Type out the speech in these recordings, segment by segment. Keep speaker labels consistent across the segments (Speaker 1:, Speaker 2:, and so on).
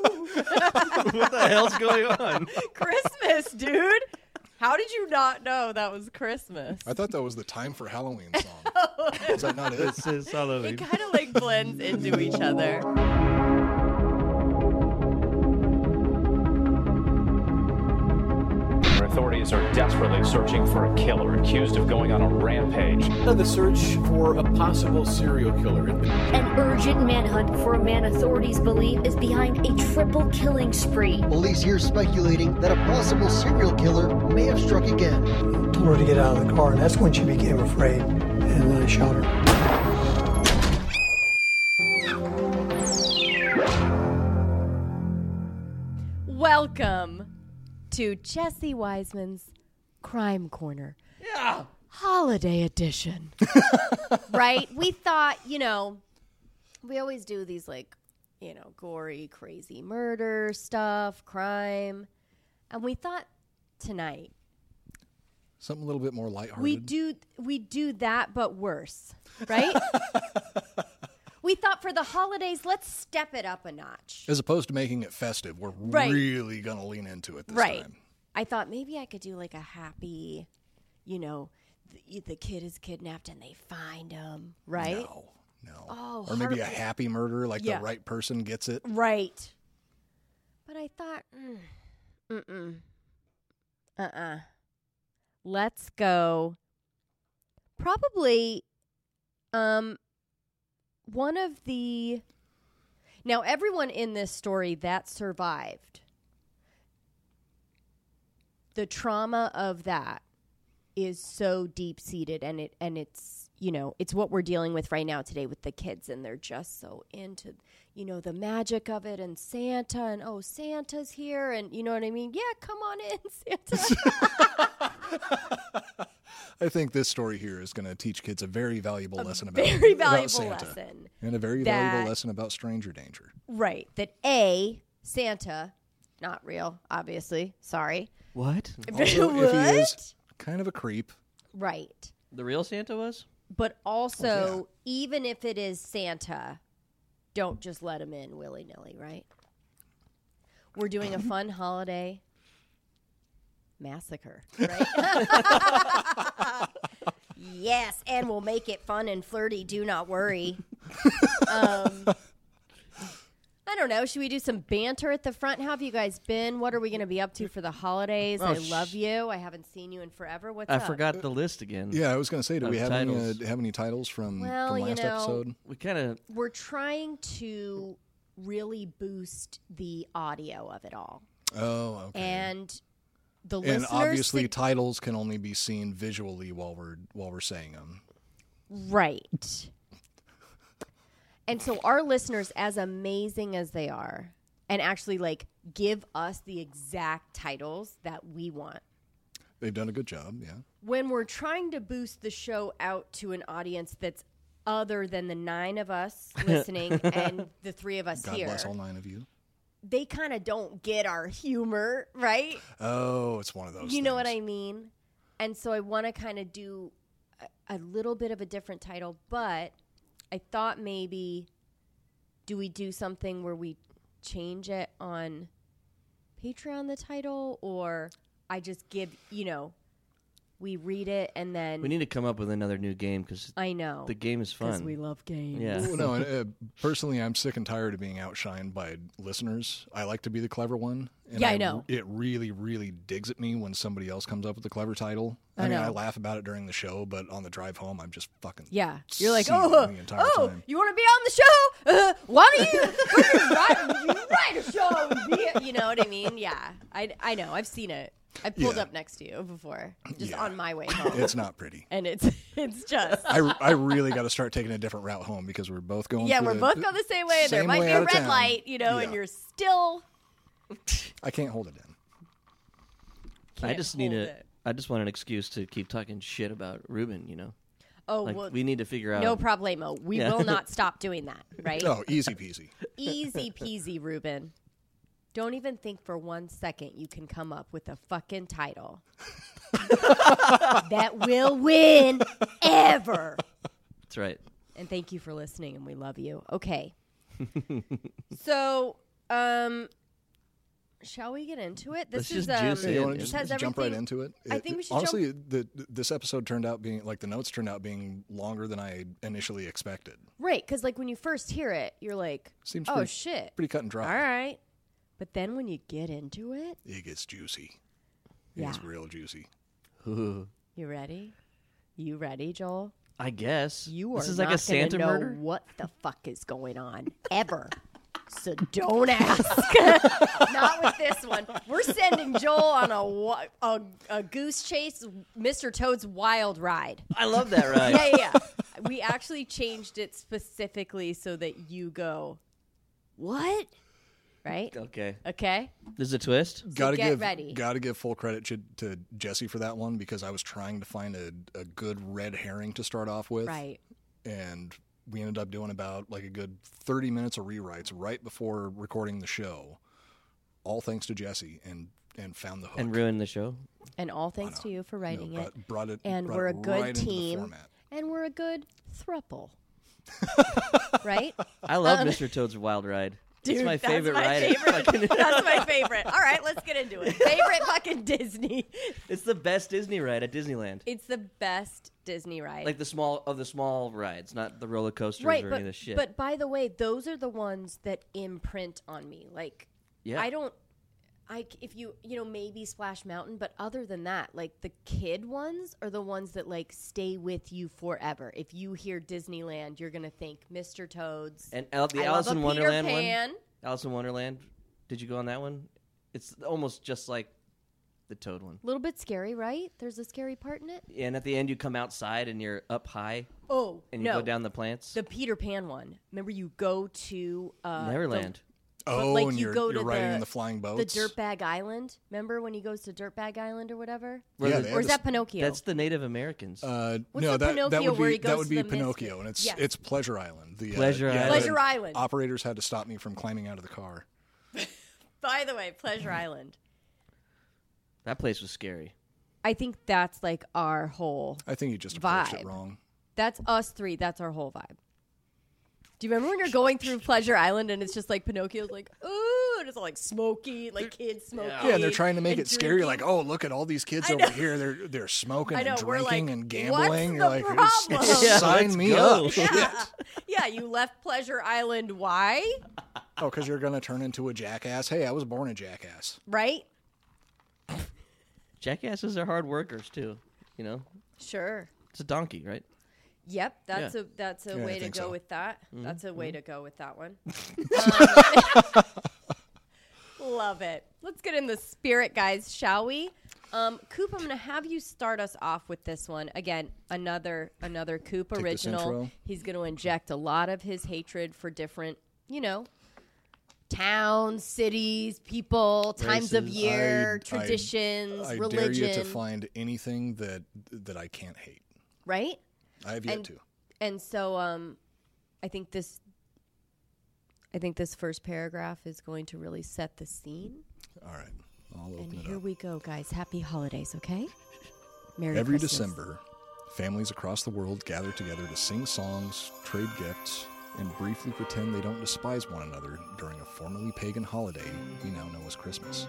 Speaker 1: what the hell's going on?
Speaker 2: Christmas, dude. How did you not know that was Christmas?
Speaker 3: I thought that was the time for Halloween song. Is that not it?
Speaker 1: This is Halloween.
Speaker 2: It kind of like blends into each other.
Speaker 4: Authorities are desperately searching for a killer accused of going on a rampage.
Speaker 5: The search for a possible serial killer.
Speaker 6: An urgent manhunt for a man authorities believe is behind a triple killing spree.
Speaker 7: Police here speculating that a possible serial killer may have struck again.
Speaker 8: told her to get out of the car, and that's when she became afraid, and then I shot her.
Speaker 2: Welcome to Jesse Wiseman's Crime Corner. Yeah. Holiday edition. right? We thought, you know, we always do these like, you know, gory, crazy murder stuff, crime. And we thought tonight
Speaker 3: Something a little bit more lighthearted.
Speaker 2: we do we do that but worse, right? we thought for the holidays, let's step it up a notch.
Speaker 3: As opposed to making it festive, we're
Speaker 2: Right.
Speaker 3: really going to lean into it this
Speaker 2: right.
Speaker 3: time.
Speaker 2: I thought maybe I could do like a happy, you know, the, the kid is kidnapped and they find him, right?
Speaker 3: No, no.
Speaker 2: Oh,
Speaker 3: or maybe a
Speaker 2: heart-
Speaker 3: happy murder, like
Speaker 2: Yeah.
Speaker 3: the right person gets it.
Speaker 2: Right. But I thought, mm, mm-mm, uh-uh. Let's go. Probably, um, one of the. Now everyone in this story that survived. The trauma of that is so deep seated, and it and it's you know it's what we're dealing with right now today with the kids, and they're just so into you know the magic of it and Santa and oh Santa's here and you know what I mean? Yeah, come on in, Santa.
Speaker 3: I think this story here is going to teach kids a very valuable lesson about
Speaker 2: Very
Speaker 3: about
Speaker 2: valuable
Speaker 3: Santa.
Speaker 2: lesson.
Speaker 3: and a very
Speaker 2: that-
Speaker 3: valuable lesson about stranger danger.
Speaker 2: Right. That A, Santa Not real, obviously. Sorry.
Speaker 1: What?
Speaker 3: Also, if he is kind of a creep,
Speaker 2: Right.
Speaker 1: The real Santa was?
Speaker 2: But also,
Speaker 1: Oh,
Speaker 2: even if it is Santa, don't just let him in willy nilly, right? We're doing a fun holiday massacre, right? yes, and we'll make it fun and flirty. Do not worry. um, I don't know. Should we do some banter at the front? How have you guys been? What are we going to be up to for the holidays?
Speaker 1: Oh,
Speaker 2: I
Speaker 1: sh-
Speaker 2: love you. I haven't seen you in forever. What's
Speaker 1: I
Speaker 2: up?
Speaker 1: forgot the list again.
Speaker 3: yeah, I was gonna say, do
Speaker 1: Of
Speaker 3: we have any, uh,
Speaker 1: titles.
Speaker 3: have any titles from,
Speaker 2: Well,
Speaker 3: from
Speaker 2: you
Speaker 3: last
Speaker 2: know,
Speaker 3: episode?
Speaker 1: We kind of
Speaker 2: we're trying to really boost the audio of it all
Speaker 3: Oh, okay.
Speaker 2: and the
Speaker 3: And
Speaker 2: listeners
Speaker 3: obviously,
Speaker 2: sug-
Speaker 3: titles can only be seen visually while we're while we're saying them.
Speaker 2: right and so our listeners as amazing as they are and actually like give us the exact titles that we want
Speaker 3: They've done a good job. Yeah.
Speaker 2: when we're trying to boost the show out to an audience that's other than the nine of us listening and the three of us
Speaker 3: God
Speaker 2: here
Speaker 3: bless all nine of you.
Speaker 2: they kind of don't get our humor right
Speaker 3: Oh, it's one of those.
Speaker 2: you know what I
Speaker 3: things.
Speaker 2: mean? And so I want to kind of do a, a little bit of a different title, but I thought maybe do we do something where we change it on Patreon the title or I just give, you know, we read it and then
Speaker 1: we need to come up with another new game because
Speaker 2: I know
Speaker 1: the game is
Speaker 2: because
Speaker 1: fun.
Speaker 2: we love games.
Speaker 1: yeah.
Speaker 3: Well, no, and, uh, personally, I'm sick and tired of being outshined by listeners. I like to be the clever one. And
Speaker 2: Yeah, I know.
Speaker 3: It really, really digs at me when somebody else comes up with a clever title. I,
Speaker 2: I
Speaker 3: mean,
Speaker 2: know.
Speaker 3: I laugh about it during the show, but on the drive home, I'm just fucking.
Speaker 2: Yeah, you're like,
Speaker 3: seething
Speaker 2: oh,
Speaker 3: the entire
Speaker 2: oh,
Speaker 3: time.
Speaker 2: you want to be on the show? Uh, why don't you why don't you write, you write a show? And be it? You know what I mean? Yeah, I, I know. I've seen it. I pulled
Speaker 3: Yeah.
Speaker 2: up next to you before, just
Speaker 3: Yeah.
Speaker 2: on my way home,
Speaker 3: It's not pretty.
Speaker 2: and it's it's just
Speaker 3: I, I really got to start taking a different route home because we're both going.
Speaker 2: yeah,
Speaker 3: through
Speaker 2: we're
Speaker 3: the-
Speaker 2: both going the same way. and there
Speaker 3: same
Speaker 2: might
Speaker 3: way
Speaker 2: be
Speaker 3: out
Speaker 2: a
Speaker 3: of
Speaker 2: red
Speaker 3: town.
Speaker 2: light, you know, and
Speaker 3: Yeah.
Speaker 2: you're still.
Speaker 3: I can't hold it in.
Speaker 1: I
Speaker 2: can't
Speaker 1: just need
Speaker 2: hold
Speaker 1: a. I
Speaker 2: it.
Speaker 1: just want an excuse to keep talking shit about Ruben. You know,
Speaker 2: Oh,
Speaker 1: like
Speaker 2: well,
Speaker 1: we need to figure out.
Speaker 2: no problemo. We
Speaker 1: Yeah.
Speaker 2: will not stop doing that. Right?
Speaker 3: Oh, easy peasy.
Speaker 2: Easy peasy, Ruben. Don't even think for one second you can come up with a fucking title that will win ever.
Speaker 1: That's right.
Speaker 2: And thank you for listening, and we love you. Okay. so, um, shall we get into it? This
Speaker 1: Let's
Speaker 2: is
Speaker 1: just
Speaker 2: um,
Speaker 1: juice
Speaker 3: Yeah, you
Speaker 1: it.
Speaker 3: want to
Speaker 1: It
Speaker 3: just,
Speaker 2: has
Speaker 3: just jump right
Speaker 2: everything-
Speaker 3: into it?
Speaker 2: I
Speaker 3: It-
Speaker 2: think we should
Speaker 3: honestly. The, this episode turned out being like the notes turned out being longer than I initially expected.
Speaker 2: right because like when you first hear it, you're like,
Speaker 3: Seems
Speaker 2: "Oh
Speaker 3: pretty-
Speaker 2: shit,
Speaker 3: Pretty cut and dry.
Speaker 2: all right." But then when you get into it,
Speaker 3: It gets juicy. It
Speaker 2: yeah,
Speaker 3: gets real juicy.
Speaker 1: Ooh.
Speaker 2: you ready? You ready, Joel?
Speaker 1: I guess
Speaker 2: You are
Speaker 1: This is like
Speaker 2: not
Speaker 1: a Santa
Speaker 2: gonna know
Speaker 1: murder.
Speaker 2: What the fuck is going on ever? So don't ask. not with this one. We're sending Joel on a wa- a, a goose chase, Mr. Toad's wild ride.
Speaker 1: I love that ride.
Speaker 2: Yeah, yeah. yeah. we actually changed it specifically so that you go, what? Right?
Speaker 1: Okay,
Speaker 2: Okay.
Speaker 1: there's a twist.
Speaker 3: gotta
Speaker 2: get
Speaker 3: give
Speaker 2: ready.
Speaker 3: gotta give full credit to, to Jesse for that one because I was trying to find a, a good red herring to start off with,
Speaker 2: Right.
Speaker 3: And we ended up doing about like a good thirty minutes of rewrites right before recording the show, all thanks to Jesse and and found the hook
Speaker 1: And ruin the show.
Speaker 2: And all thanks to you for
Speaker 3: You know,
Speaker 2: writing
Speaker 3: brought,
Speaker 2: it.
Speaker 3: brought it
Speaker 2: And
Speaker 3: brought
Speaker 2: we're a
Speaker 3: it
Speaker 2: good
Speaker 3: right into the
Speaker 2: team.
Speaker 3: format.
Speaker 2: And we're a good thruple. right?
Speaker 1: I love Mr. Toad's Wild Ride. it's
Speaker 2: Um, Dude,
Speaker 1: my
Speaker 2: that's
Speaker 1: favorite
Speaker 2: my
Speaker 1: ride.
Speaker 2: favorite-
Speaker 1: It's, fucking-
Speaker 2: That's my favorite. All right, let's get into it. Favorite fucking Disney.
Speaker 1: it's the best Disney ride at Disneyland.
Speaker 2: It's the best Disney ride.
Speaker 1: Like the small of the small rides, not the roller coasters
Speaker 2: right,
Speaker 1: or
Speaker 2: but
Speaker 1: any of the shit.
Speaker 2: but by the way, those are the ones that imprint on me. Like
Speaker 1: Yeah.
Speaker 2: I don't I c- if you you know maybe Splash Mountain, but other than that, like the kid ones are the ones that like stay with you forever. If you hear Disneyland, you're going to think Mr. Toads.
Speaker 1: and Al- the
Speaker 2: I love
Speaker 1: Alice
Speaker 2: a
Speaker 1: in
Speaker 2: Peter
Speaker 1: Wonderland
Speaker 2: Pan.
Speaker 1: one. Alice in Wonderland. Did you go on that one? It's almost just like the Toad one.
Speaker 2: A little bit scary, right? There's a scary part in it.
Speaker 1: And at the end, you come outside and you're up high
Speaker 2: Oh,
Speaker 1: and you
Speaker 2: no.
Speaker 1: go down the plants.
Speaker 2: The Peter Pan one. Remember, you go to uh,
Speaker 1: Neverland.
Speaker 2: The, but,
Speaker 3: Oh,
Speaker 2: like
Speaker 3: and
Speaker 2: you
Speaker 3: you're,
Speaker 2: go
Speaker 3: you're
Speaker 2: to
Speaker 3: riding
Speaker 2: the,
Speaker 3: in the flying
Speaker 2: the
Speaker 3: boats.
Speaker 2: Dirtbag Island. Remember when he goes to Dirtbag Island or whatever?
Speaker 1: Where
Speaker 3: Yeah,
Speaker 1: the-
Speaker 3: they
Speaker 2: Or is
Speaker 3: just-
Speaker 2: that Pinocchio?
Speaker 1: That's the Native Americans.
Speaker 3: Uh,
Speaker 2: What's
Speaker 3: no,
Speaker 2: the
Speaker 3: that, that
Speaker 2: Pinocchio
Speaker 3: would be
Speaker 2: where he
Speaker 3: that
Speaker 2: goes
Speaker 3: would
Speaker 2: to
Speaker 3: be
Speaker 2: the
Speaker 3: Pinocchio,
Speaker 2: misfit?
Speaker 3: and it's
Speaker 2: Yes.
Speaker 3: it's Pleasure Island. The uh,
Speaker 1: Pleasure
Speaker 3: yeah,
Speaker 1: Island.
Speaker 3: the
Speaker 2: Pleasure Island.
Speaker 3: Operators had to stop me from climbing out of the car.
Speaker 2: By the way, Pleasure Island.
Speaker 1: That place was scary.
Speaker 2: I think that's like our whole.
Speaker 3: I think you just approached
Speaker 2: Vibe.
Speaker 3: it wrong.
Speaker 2: That's us three. That's our whole vibe. Do you remember when you're going through Pleasure Island and it's just like Pinocchio's like, ooh, and it's all like smoky, like kids smoking.
Speaker 3: Yeah, and they're trying to make it scary. You're
Speaker 2: Oh, drinking.
Speaker 3: Like, oh, look at all these kids
Speaker 2: I
Speaker 3: over
Speaker 2: know.
Speaker 3: here. They're they're smoking
Speaker 2: I know,
Speaker 3: and
Speaker 2: we're like,
Speaker 3: drinking and
Speaker 2: "What's
Speaker 3: gambling. You're
Speaker 2: the
Speaker 3: like,
Speaker 2: problem?"
Speaker 1: Yeah,
Speaker 3: sign
Speaker 1: let's
Speaker 3: me
Speaker 1: go.
Speaker 3: up.
Speaker 2: yeah. yeah, you left Pleasure Island. Why?
Speaker 3: Oh, because you're gonna turn into a jackass. Hey, I was born a jackass.
Speaker 2: Right?
Speaker 1: Jackasses are hard workers too. You know,
Speaker 2: Sure.
Speaker 1: it's a donkey, right?
Speaker 2: Yep, that's
Speaker 1: Yeah.
Speaker 2: a that's a
Speaker 3: Yeah, Mm-hmm. I
Speaker 2: way to
Speaker 3: think
Speaker 2: go
Speaker 3: so.
Speaker 2: with that. That's a way to go with that one. Um, love it. Let's get in the spirit, guys, shall we? Um, Coop, I'm going to have you start us off with this one again. Another another Coop
Speaker 3: this
Speaker 2: original.
Speaker 3: intro.
Speaker 2: He's going to inject a lot of his hatred for different, you know, towns, cities, people, times of
Speaker 1: Races.
Speaker 2: year,
Speaker 3: I- I-
Speaker 2: traditions,
Speaker 3: I
Speaker 2: religion,
Speaker 3: dare you to find anything that that I can't hate.
Speaker 2: right?
Speaker 3: I have yet
Speaker 2: And-
Speaker 3: to.
Speaker 2: and so um i think this i think this first paragraph is going to really set the scene
Speaker 3: All right, I'll open
Speaker 2: and
Speaker 3: it
Speaker 2: here
Speaker 3: up.
Speaker 2: we go guys happy holidays okay merry
Speaker 3: Every
Speaker 2: Christmas.
Speaker 3: December, families across the world gather together to sing songs, trade gifts, and briefly pretend they don't despise one another during a formerly pagan holiday we now know as Christmas.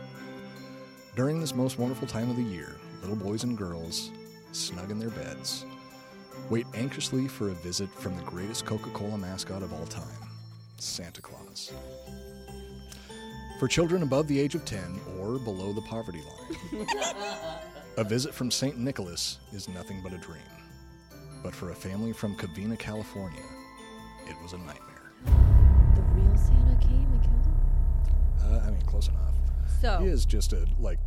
Speaker 3: During this most wonderful time of the year, little boys and girls, snug in their beds, wait anxiously for a visit from the greatest Coca Cola mascot of all time, Santa Claus. For children above the age of 10 or below the poverty line, a visit from St. Nicholas is nothing but a dream. But for a family from Covina, California, it was a nightmare.
Speaker 2: the real santa came and killed him
Speaker 3: Uh, I mean, close enough.
Speaker 2: so
Speaker 3: He is just a, like,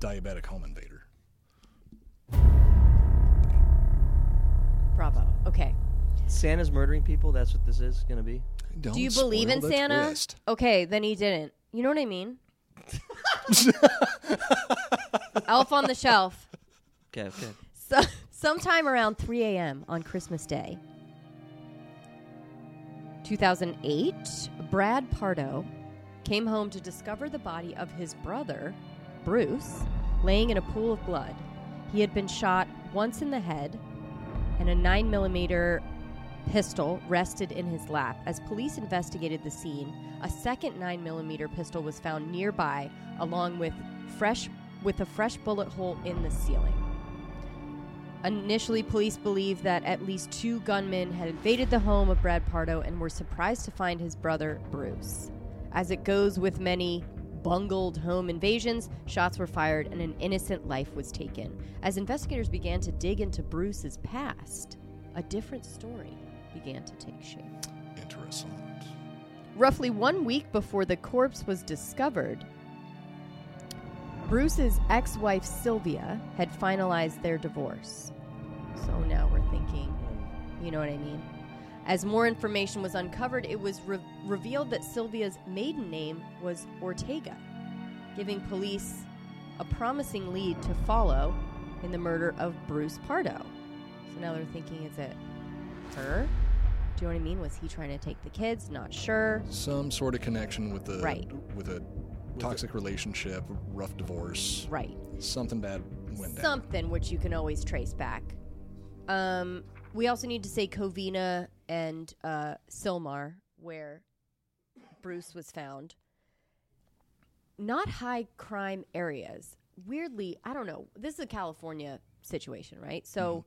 Speaker 3: diabetic home invader.
Speaker 2: bravo okay
Speaker 1: Santa's murdering people. That's what this is gonna be.
Speaker 3: Don't
Speaker 2: do you believe in
Speaker 3: spoil the
Speaker 2: santa
Speaker 3: twist.
Speaker 2: okay then he didn't you know what i mean elf on the shelf
Speaker 1: Okay, okay.
Speaker 2: So, sometime around 3 a.m. on Christmas Day, 2008, Brad Pardo came home to discover the body of his brother, Bruce, laying in a pool of blood. He had been shot once in the head, and a 9mm pistol rested in his lap. As police investigated the scene, a second 9mm pistol was found nearby, along with fresh with a fresh bullet hole in the ceiling. Initially, police believed that at least two gunmen had invaded the home of Brad Pardo and were surprised to find his brother, Bruce. As it goes with many bungled home invasions, shots were fired and an innocent life was taken. As investigators began to dig into Bruce's past, a different story began to take shape.
Speaker 3: Interessant.
Speaker 2: Roughly one week before the corpse was discovered, Bruce's ex wife Sylvia had finalized their divorce. So now we're thinking, you know what I mean? As more information was uncovered, it was re- revealed that Sylvia's maiden name was Ortega, giving police a promising lead to follow in the murder of Bruce Pardo. So now they're thinking, is it her? Do you know what I mean? Was he trying to take the kids? Not sure.
Speaker 3: Some sort of connection with the
Speaker 2: Right.
Speaker 3: with a toxic relationship, rough divorce,
Speaker 2: Right.
Speaker 3: something bad went down.
Speaker 2: Something which you can always trace back. Um, we also need to say Covina and uh, Silmar, where Bruce was found. Not high crime areas. Weirdly, I don't know. This is a California situation, right? So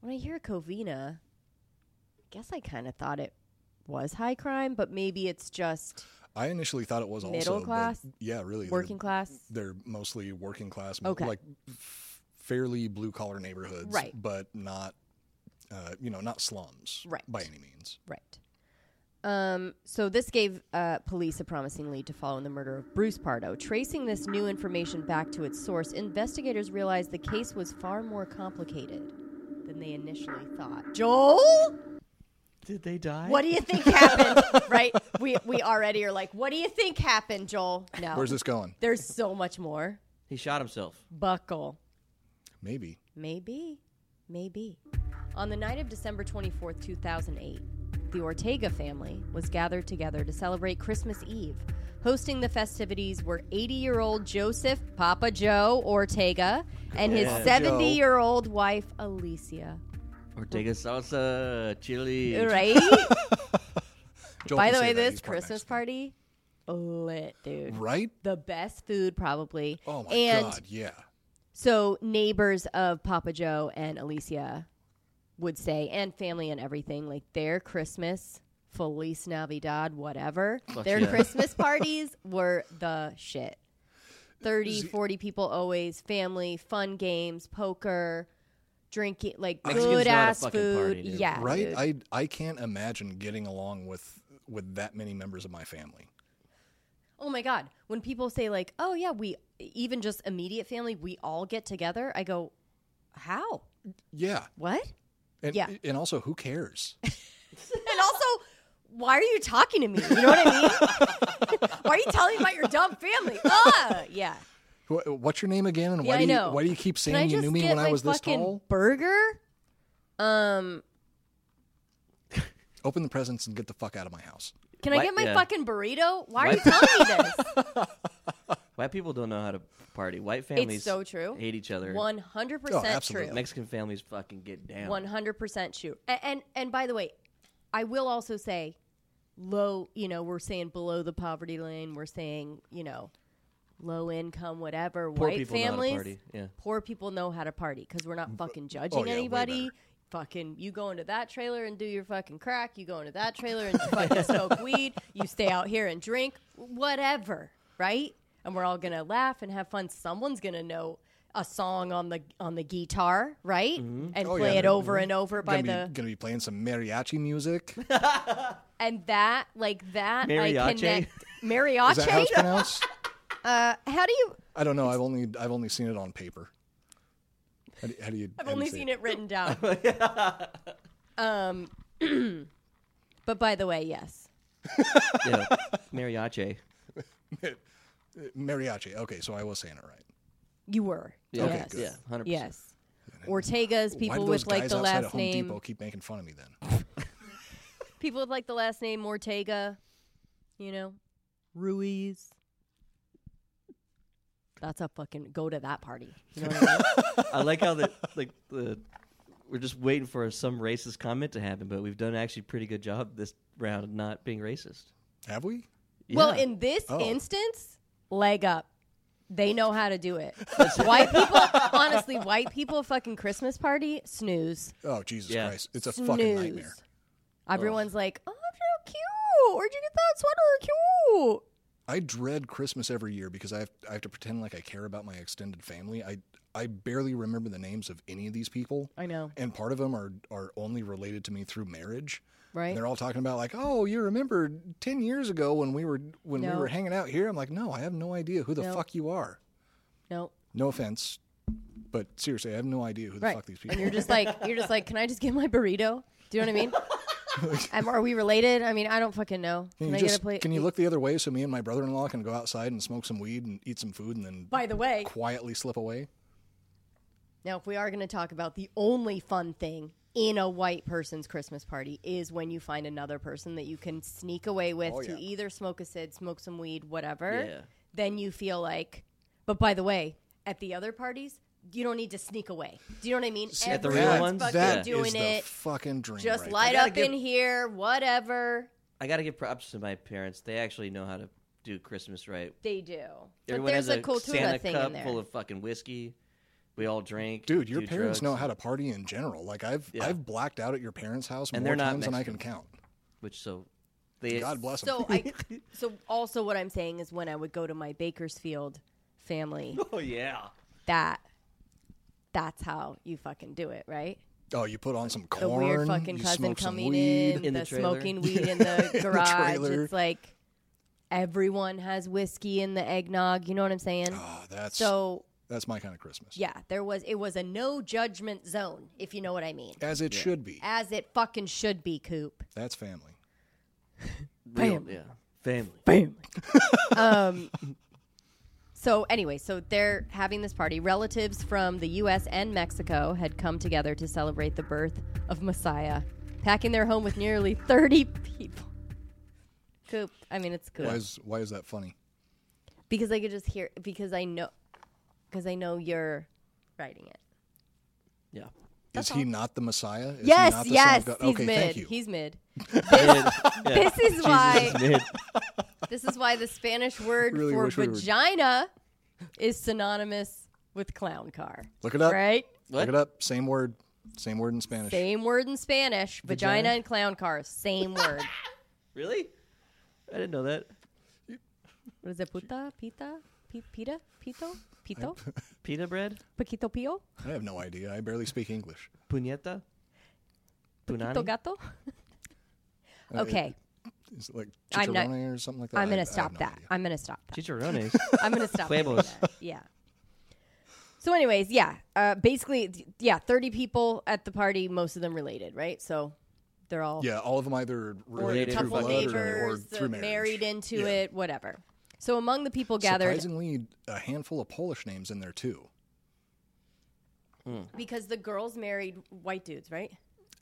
Speaker 2: when I hear Covina, I guess I kind of thought it was high crime, but maybe it's just
Speaker 3: I initially thought it was also
Speaker 2: Middle
Speaker 3: but
Speaker 2: class?
Speaker 3: Yeah, really. they're-
Speaker 2: working class.
Speaker 3: they're mostly working class,
Speaker 2: Okay.
Speaker 3: like f- fairly blue collar neighborhoods,
Speaker 2: Right.
Speaker 3: But not, uh, you know, not slums,
Speaker 2: Right.
Speaker 3: By any means.
Speaker 2: Right. Um, so this gave uh, police a promising lead to follow in the murder of Bruce Pardo. Tracing this new information back to its source, investigators realized the case was far more complicated than they initially thought. Joel,
Speaker 1: Did they die?
Speaker 2: what do you think happened? right? We we already are like, what do you think happened, Joel? No,
Speaker 3: Where's this going?
Speaker 2: there's so much more.
Speaker 1: He shot himself.
Speaker 2: Buckle.
Speaker 3: Maybe.
Speaker 2: Maybe. Maybe. On the night of December 24th, 2008, the Ortega family was gathered together to celebrate Christmas Eve. Hosting the festivities were 80 year old Joseph Papa Joe Ortega and his
Speaker 1: Papa
Speaker 2: 70 year old wife Alicia.
Speaker 1: Ortega salsa, chili.
Speaker 2: Right?
Speaker 3: Joel
Speaker 2: By
Speaker 3: can
Speaker 2: the
Speaker 3: say
Speaker 2: way,
Speaker 3: that.
Speaker 2: this
Speaker 3: He's part
Speaker 2: Christmas
Speaker 3: Mexican.
Speaker 2: party, lit, dude.
Speaker 3: Right?
Speaker 2: The best food, probably.
Speaker 3: Oh my
Speaker 2: and
Speaker 3: god, yeah.
Speaker 2: So neighbors of Papa Joe and Alicia would say, and family and everything, like their Christmas, Feliz Navidad, whatever, their
Speaker 1: yeah.
Speaker 2: Christmas parties were the shit. 30, 40 people always, family, fun games, poker, drinking, like
Speaker 1: Mexicans
Speaker 2: good ass
Speaker 1: know how to fucking
Speaker 2: food.
Speaker 1: party, dude.
Speaker 2: yeah.
Speaker 3: right?
Speaker 2: dude.
Speaker 3: I I can't imagine getting along with with that many members of my family.
Speaker 2: Oh my God. When people say, like, oh yeah, we, even just immediate family, we all get together, I go, how?
Speaker 3: Yeah.
Speaker 2: What?
Speaker 3: And
Speaker 2: Yeah.
Speaker 3: and also who cares?
Speaker 2: And also, why are you talking to me? You know what I mean? why are you telling me about your dumb family? Ugh, yeah.
Speaker 3: Wh- What's your name again and
Speaker 2: Yeah,
Speaker 3: why
Speaker 2: I
Speaker 3: do you
Speaker 2: know.
Speaker 3: why do you keep
Speaker 2: Can I
Speaker 3: saying
Speaker 2: just
Speaker 3: you knew me
Speaker 2: get
Speaker 3: when
Speaker 2: my
Speaker 3: I was this
Speaker 2: fucking
Speaker 3: tall?
Speaker 2: burger? Um,
Speaker 3: Open the presents and get the fuck out of my house.
Speaker 2: can I
Speaker 1: Why-
Speaker 2: get my
Speaker 1: yeah.
Speaker 2: fucking burrito? Why are you telling me this?
Speaker 1: White people don't know how to party. White families
Speaker 2: it's so true.
Speaker 1: hate each other.
Speaker 2: One hundred
Speaker 3: Oh,
Speaker 2: percent
Speaker 3: absolutely.
Speaker 2: true.
Speaker 1: Mexican families fucking get down.
Speaker 2: One hundred percent true. And, and and by the way, I will also say, low. You know, we're saying below the poverty line. We're saying you know, low income, whatever.
Speaker 1: Poor
Speaker 2: white
Speaker 1: people
Speaker 2: families.
Speaker 1: know how to party. Yeah.
Speaker 2: poor people know how to party because we're not fucking judging
Speaker 3: oh, yeah, way
Speaker 2: anybody.
Speaker 3: better.
Speaker 2: Fucking, you go into that trailer and do your fucking crack. You go into that trailer and fucking smoke weed. You stay out here and drink, whatever, right? And we're all gonna laugh and have fun. Someone's gonna know a song on the on the guitar, right? And
Speaker 3: Oh, yeah,
Speaker 2: play it
Speaker 3: they're-
Speaker 2: over and over by
Speaker 3: gonna,
Speaker 2: the
Speaker 3: be, gonna be playing some mariachi music. Is
Speaker 2: and that like that I
Speaker 1: Mariachi?
Speaker 2: connect
Speaker 3: that how
Speaker 2: mariachi.
Speaker 3: it's pronounced?
Speaker 2: uh, how do you?
Speaker 3: I don't know. I've only I've only seen it on paper. How do, how do you?
Speaker 2: I've only seen it written down. um, but by the way, yes.
Speaker 1: Yeah. Mariachi.
Speaker 3: Mariachi. Okay, so I was saying it right.
Speaker 2: You were.
Speaker 1: Yeah.
Speaker 2: Yes.
Speaker 1: Yeah. 100%.
Speaker 2: Yes. Ortega's
Speaker 3: Why do
Speaker 2: people
Speaker 3: those
Speaker 2: with like
Speaker 3: guys
Speaker 2: the
Speaker 3: outside
Speaker 2: last
Speaker 3: of Home
Speaker 2: name.
Speaker 3: Depot keep making fun of me then?
Speaker 2: People with like the last name Ortega. You know, Ruiz. That's a fucking go to that party. You know what I mean?
Speaker 1: I like how the like the we're just waiting for some racist comment to happen, but we've done actually pretty good job this round of not being racist.
Speaker 3: Have we?
Speaker 2: Well,
Speaker 1: Yeah.
Speaker 2: in this
Speaker 3: Oh.
Speaker 2: instance, leg up. They know how to do it. white people, honestly, white people fucking Christmas party snooze.
Speaker 3: Oh Jesus
Speaker 1: Yeah.
Speaker 3: Christ! It's a
Speaker 2: snooze.
Speaker 3: fucking nightmare.
Speaker 2: Everyone's like, "Oh, so cute! Where'd you get that sweater? Cute."
Speaker 3: I dread Christmas every year because I have, I have to pretend like I care about my extended family. I I barely remember the names of any of these people.
Speaker 2: I know.
Speaker 3: And part of them are are only related to me through marriage.
Speaker 2: Right.
Speaker 3: And they're all talking about like, oh, you remember ten years ago when we were when
Speaker 2: No.
Speaker 3: we were hanging out here? I'm like, no, I have no idea who the
Speaker 2: No.
Speaker 3: fuck you are.
Speaker 2: No,
Speaker 3: No offense, but seriously, I have no idea who the
Speaker 2: right?
Speaker 3: fuck these people.
Speaker 2: and you're
Speaker 3: are.
Speaker 2: just like, you're just like, can I just get my burrito? Do you know what I mean? um, are we related? I mean, I don't fucking know.
Speaker 3: Can
Speaker 2: Can,
Speaker 3: you
Speaker 2: I
Speaker 3: just
Speaker 2: get a plate?
Speaker 3: can you look the other way so me and my brother-in-law can go outside and smoke some weed and eat some food and then
Speaker 2: By the way,
Speaker 3: quietly slip away?
Speaker 2: now if we are going to talk about the only fun thing in a white person's Christmas party is when you find another person that you can sneak away with to
Speaker 3: yeah.
Speaker 2: either smoke a cid, smoke some weed, whatever.
Speaker 1: Oh, Yeah.
Speaker 2: Then you feel like. But by the way, at the other parties. You don't need to sneak away. Do you know what I mean?
Speaker 1: at the real
Speaker 2: Everyone's
Speaker 1: ones?
Speaker 2: fucking
Speaker 1: That
Speaker 3: That
Speaker 2: doing
Speaker 3: is the
Speaker 2: it.
Speaker 3: fucking dream.
Speaker 2: just
Speaker 3: right
Speaker 2: light
Speaker 1: I gotta
Speaker 2: up
Speaker 1: give-
Speaker 2: in here, whatever
Speaker 1: I gotta give props to my parents. They actually know how to do Christmas right.
Speaker 2: they do.
Speaker 1: Everyone
Speaker 2: but there's
Speaker 1: has
Speaker 2: a cultura
Speaker 1: Santa
Speaker 2: thing
Speaker 1: cup
Speaker 2: in there.
Speaker 1: full of fucking whiskey. We all drink.
Speaker 3: Dude, your
Speaker 1: do
Speaker 3: parents
Speaker 1: drugs,
Speaker 3: know how to party in general. Like I've
Speaker 1: Yeah.
Speaker 3: I've blacked out at your parents' house
Speaker 1: And
Speaker 3: more
Speaker 1: they're not
Speaker 3: times than I can
Speaker 1: Mexican.
Speaker 3: count.
Speaker 1: Which so they
Speaker 3: God bless them.
Speaker 2: so I, so also what I'm saying is when I would go to my Bakersfield family,
Speaker 1: Oh yeah.
Speaker 2: that that's how you fucking do it, right?
Speaker 3: oh, you put on some
Speaker 2: The
Speaker 3: corn.
Speaker 2: weird fucking
Speaker 3: you
Speaker 2: cousin
Speaker 3: smoke some
Speaker 2: coming
Speaker 3: weed.
Speaker 2: in,
Speaker 1: In
Speaker 2: the,
Speaker 1: the trailer.
Speaker 2: smoking weed in the garage.
Speaker 3: trailer.
Speaker 2: it's like everyone has whiskey in the eggnog. You know what I'm saying?
Speaker 3: Oh, that's
Speaker 2: so
Speaker 3: that's my kind of Christmas.
Speaker 2: yeah, there was it was a no judgment zone, if you know what I mean,
Speaker 3: As it should be.
Speaker 2: as it fucking should be, Coop.
Speaker 3: That's family.
Speaker 1: Real-
Speaker 2: Bam.
Speaker 1: yeah. Family.
Speaker 2: um, so anyway, so they're having this party. Relatives from the U.S. and Mexico had come together to celebrate the birth of Messiah, packing their home with nearly 30 people. Coop. I mean, it's Coop
Speaker 3: Why is why is that funny?
Speaker 2: because I could just hear because I know because I know you're writing it.
Speaker 1: Yeah.
Speaker 3: is he not the Messiah? Is he
Speaker 2: yes,
Speaker 3: not the Son
Speaker 2: yes,
Speaker 3: of God?
Speaker 2: he's
Speaker 3: okay,
Speaker 2: mid.
Speaker 3: thank you.
Speaker 2: He's mid.
Speaker 1: Yeah.
Speaker 2: This is why
Speaker 1: Jesus mid.
Speaker 2: this is why the Spanish word
Speaker 3: Really
Speaker 2: for
Speaker 3: wish we were-
Speaker 2: vagina is synonymous with clown car.
Speaker 3: Look it up.
Speaker 2: Right?
Speaker 3: Look it up. Same word. Same word in Uh, Spanish.
Speaker 2: Same word in Spanish. Vagina,
Speaker 1: Vagina?
Speaker 2: and clown car, same word.
Speaker 1: Really? I didn't know that.
Speaker 2: What is it? Puta, pita, Pi- pita, pito, pito,
Speaker 1: Pita bread?
Speaker 2: paquito pio,
Speaker 3: I have no idea. I barely speak English.
Speaker 1: Puñeta?
Speaker 2: pito
Speaker 1: Punani?
Speaker 2: gato. Okay,
Speaker 3: Is it like
Speaker 2: I'm not-
Speaker 3: chicharrone or something like that?
Speaker 2: I'm
Speaker 3: Uh, I- I
Speaker 2: gonna
Speaker 3: have
Speaker 2: stop
Speaker 3: no
Speaker 2: that.
Speaker 3: idea.
Speaker 2: I'm gonna stop that.
Speaker 1: Chicharrones.
Speaker 2: I'm gonna stop. doing
Speaker 1: Huevos.
Speaker 2: that. Yeah. So, anyways, yeah. Uh, basically, d- yeah. Thirty people at the party, most of them related, right? So, they're all
Speaker 3: Yeah, all of them either
Speaker 2: or a
Speaker 3: related through
Speaker 2: couple
Speaker 3: blood or- or,
Speaker 2: neighbors, uh,
Speaker 3: through marriage.
Speaker 2: married into
Speaker 3: Yeah.
Speaker 2: it, whatever. So, among the people gathered,
Speaker 3: Surprisingly, a handful of Polish names in there too.
Speaker 2: because the girls married white dudes, right?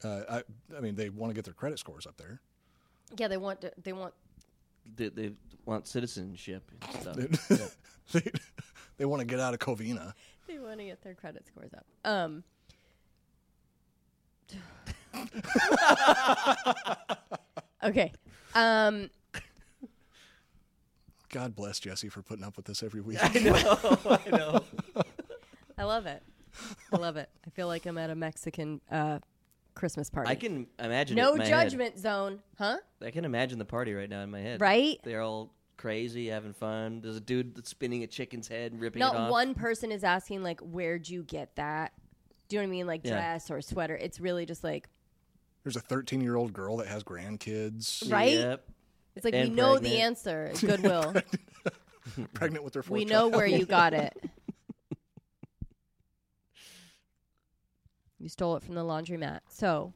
Speaker 3: Uh, I, I mean, they want to get their credit scores up there.
Speaker 2: Yeah, they want to, they want
Speaker 1: they, they want citizenship and stuff.
Speaker 3: they they want to get out of Covina.
Speaker 2: they want to get their credit scores up. Um. okay. Um.
Speaker 3: God bless Jesse for putting up with this every week.
Speaker 1: I know.
Speaker 2: I love it. I love it. I feel like I'm at a Mexican uh, Christmas party.
Speaker 1: I can imagine. it
Speaker 2: no
Speaker 1: in my
Speaker 2: judgment zone, huh?
Speaker 1: Head. I can imagine the party right now in my head.
Speaker 2: Right?
Speaker 1: They're all crazy, having fun. There's a dude that's spinning a chicken's head and ripping it
Speaker 2: Not
Speaker 1: off.
Speaker 2: one person is asking like, "Where'd you get that?" Do you know what I mean? Like
Speaker 1: Yeah.
Speaker 2: dress or sweater. It's really just like,
Speaker 3: There's a 13 year old girl that has grandkids,
Speaker 2: right?
Speaker 1: Yep.
Speaker 2: It's like we
Speaker 1: And
Speaker 2: know the
Speaker 1: pregnant.
Speaker 2: answer. It's Goodwill.
Speaker 3: pregnant with their fourth
Speaker 2: we know
Speaker 3: child.
Speaker 2: where you got it. You stole it from the laundromat. So,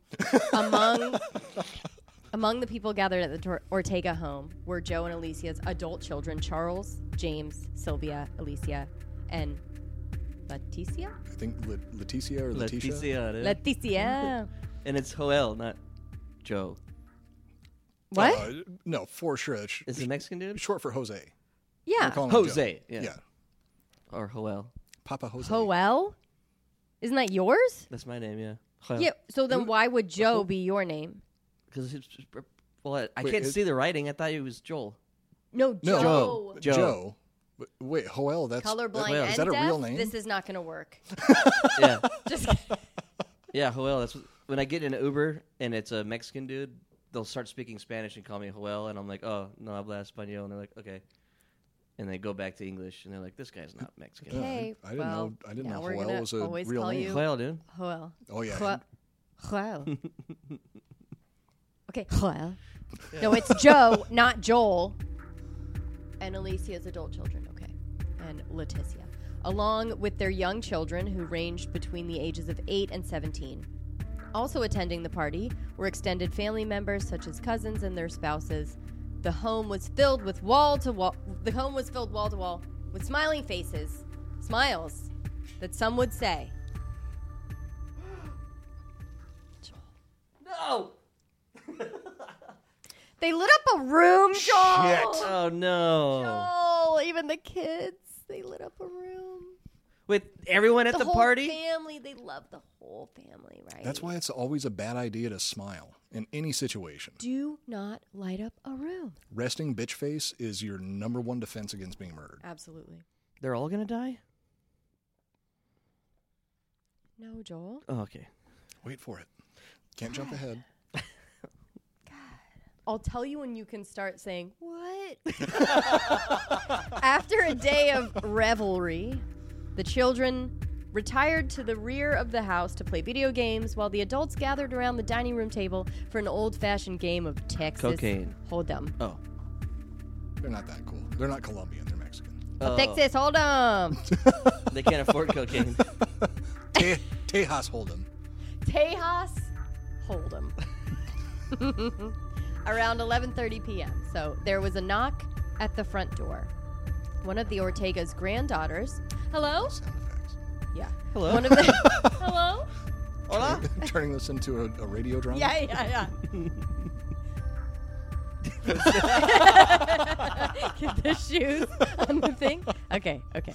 Speaker 2: among among the people gathered at the Tor- Ortega home were Joe and Alicia's adult children, Charles, James, Sylvia, Alicia, and Leticia.
Speaker 3: I think La- Leticia or Leticia.
Speaker 1: Leticia. dude.
Speaker 2: Leticia.
Speaker 1: and it's Joel, not Joe.
Speaker 2: What?
Speaker 3: Uh, no, for sure. That's sh-
Speaker 1: Is it a Mexican dude?
Speaker 3: short for Jose. We're
Speaker 2: yeah.
Speaker 3: calling him
Speaker 1: Jose,
Speaker 3: Joe.
Speaker 1: yeah. Or Joel.
Speaker 3: Papa Jose.
Speaker 2: Joel. Isn't that yours?
Speaker 1: That's my name, yeah. Joel.
Speaker 2: Yeah. So then, why would Joe be your name?
Speaker 1: Because it's. Well, I, I
Speaker 3: Wait,
Speaker 1: can't
Speaker 3: it-
Speaker 1: see the writing. I thought it was Joel.
Speaker 2: No, Joe.
Speaker 3: No,
Speaker 1: Joe.
Speaker 3: Joe. Joe. But Wait, Joel, that's
Speaker 2: colorblind
Speaker 1: Well,
Speaker 2: and
Speaker 3: is that a
Speaker 2: deaf,
Speaker 3: real name?
Speaker 2: This is not going to work.
Speaker 1: Yeah.
Speaker 2: Just
Speaker 1: Yeah, Joel. That's what, when I get in an Uber and it's a Mexican dude. They'll start speaking Spanish and call me Joel, and I'm like, "Oh, no habla español," and they're like, "Okay," and they go back to English, and they're like, "This guy's not Mexican."
Speaker 3: Yeah, I-
Speaker 2: okay.
Speaker 3: I didn't
Speaker 2: well,
Speaker 3: know- I didn't
Speaker 2: now
Speaker 3: know
Speaker 2: we're
Speaker 3: Joel
Speaker 2: gonna
Speaker 3: was a
Speaker 2: always
Speaker 3: real
Speaker 2: call
Speaker 3: name.
Speaker 2: you
Speaker 1: Joel, dude.
Speaker 2: Joel.
Speaker 3: Oh, yeah.
Speaker 2: Joel. Joel. okay, Joel. No, it's Joe, not Joel. And Alicia's adult children. Okay, and Leticia, along with their young children who ranged between the ages of eight and seventeen. Also attending the party were extended family members such as cousins and their spouses. The home was filled with wall to wall the home was filled wall to wall with smiling faces, smiles that some would say.
Speaker 1: No.
Speaker 2: They lit up a room, Joel.
Speaker 1: Oh no.
Speaker 2: Joel, even the kids, they lit up a room.
Speaker 1: With everyone at the,
Speaker 2: whole
Speaker 1: party.
Speaker 2: family, they love the whole family, right?
Speaker 3: That's why it's always a bad idea to smile in any situation.
Speaker 2: Do not light up a room.
Speaker 3: Resting bitch face is your number one defense against being murdered.
Speaker 2: Absolutely.
Speaker 1: They're all gonna die.
Speaker 2: No, Joel.
Speaker 1: Oh, okay.
Speaker 3: Wait for it. Can't jump ahead.
Speaker 2: I'll tell you when you can start saying, What? After a day of revelry, the children retired to the rear of the house to play video games while the adults gathered around the dining room table for an old fashioned game of Texas
Speaker 1: Cocaine.
Speaker 2: Hold'em.
Speaker 1: Oh.
Speaker 3: They're not that cool. They're not Colombian. They're Mexican.
Speaker 1: Oh,
Speaker 2: Texas Hold'em.
Speaker 1: They can't afford cocaine.
Speaker 3: Te- Tejas Hold'em.
Speaker 2: Tejas Hold'em. Around 11:30 p.m. So there was a knock at the front door. One of the Ortega's granddaughters. Hello?
Speaker 3: Sound effects.
Speaker 2: Yeah.
Speaker 1: Hello?
Speaker 2: One of the Hello?
Speaker 1: Hola.
Speaker 3: Turning this into a, a radio drama.
Speaker 2: Yeah, yeah, yeah. Get the shoes on the thing. Okay, okay.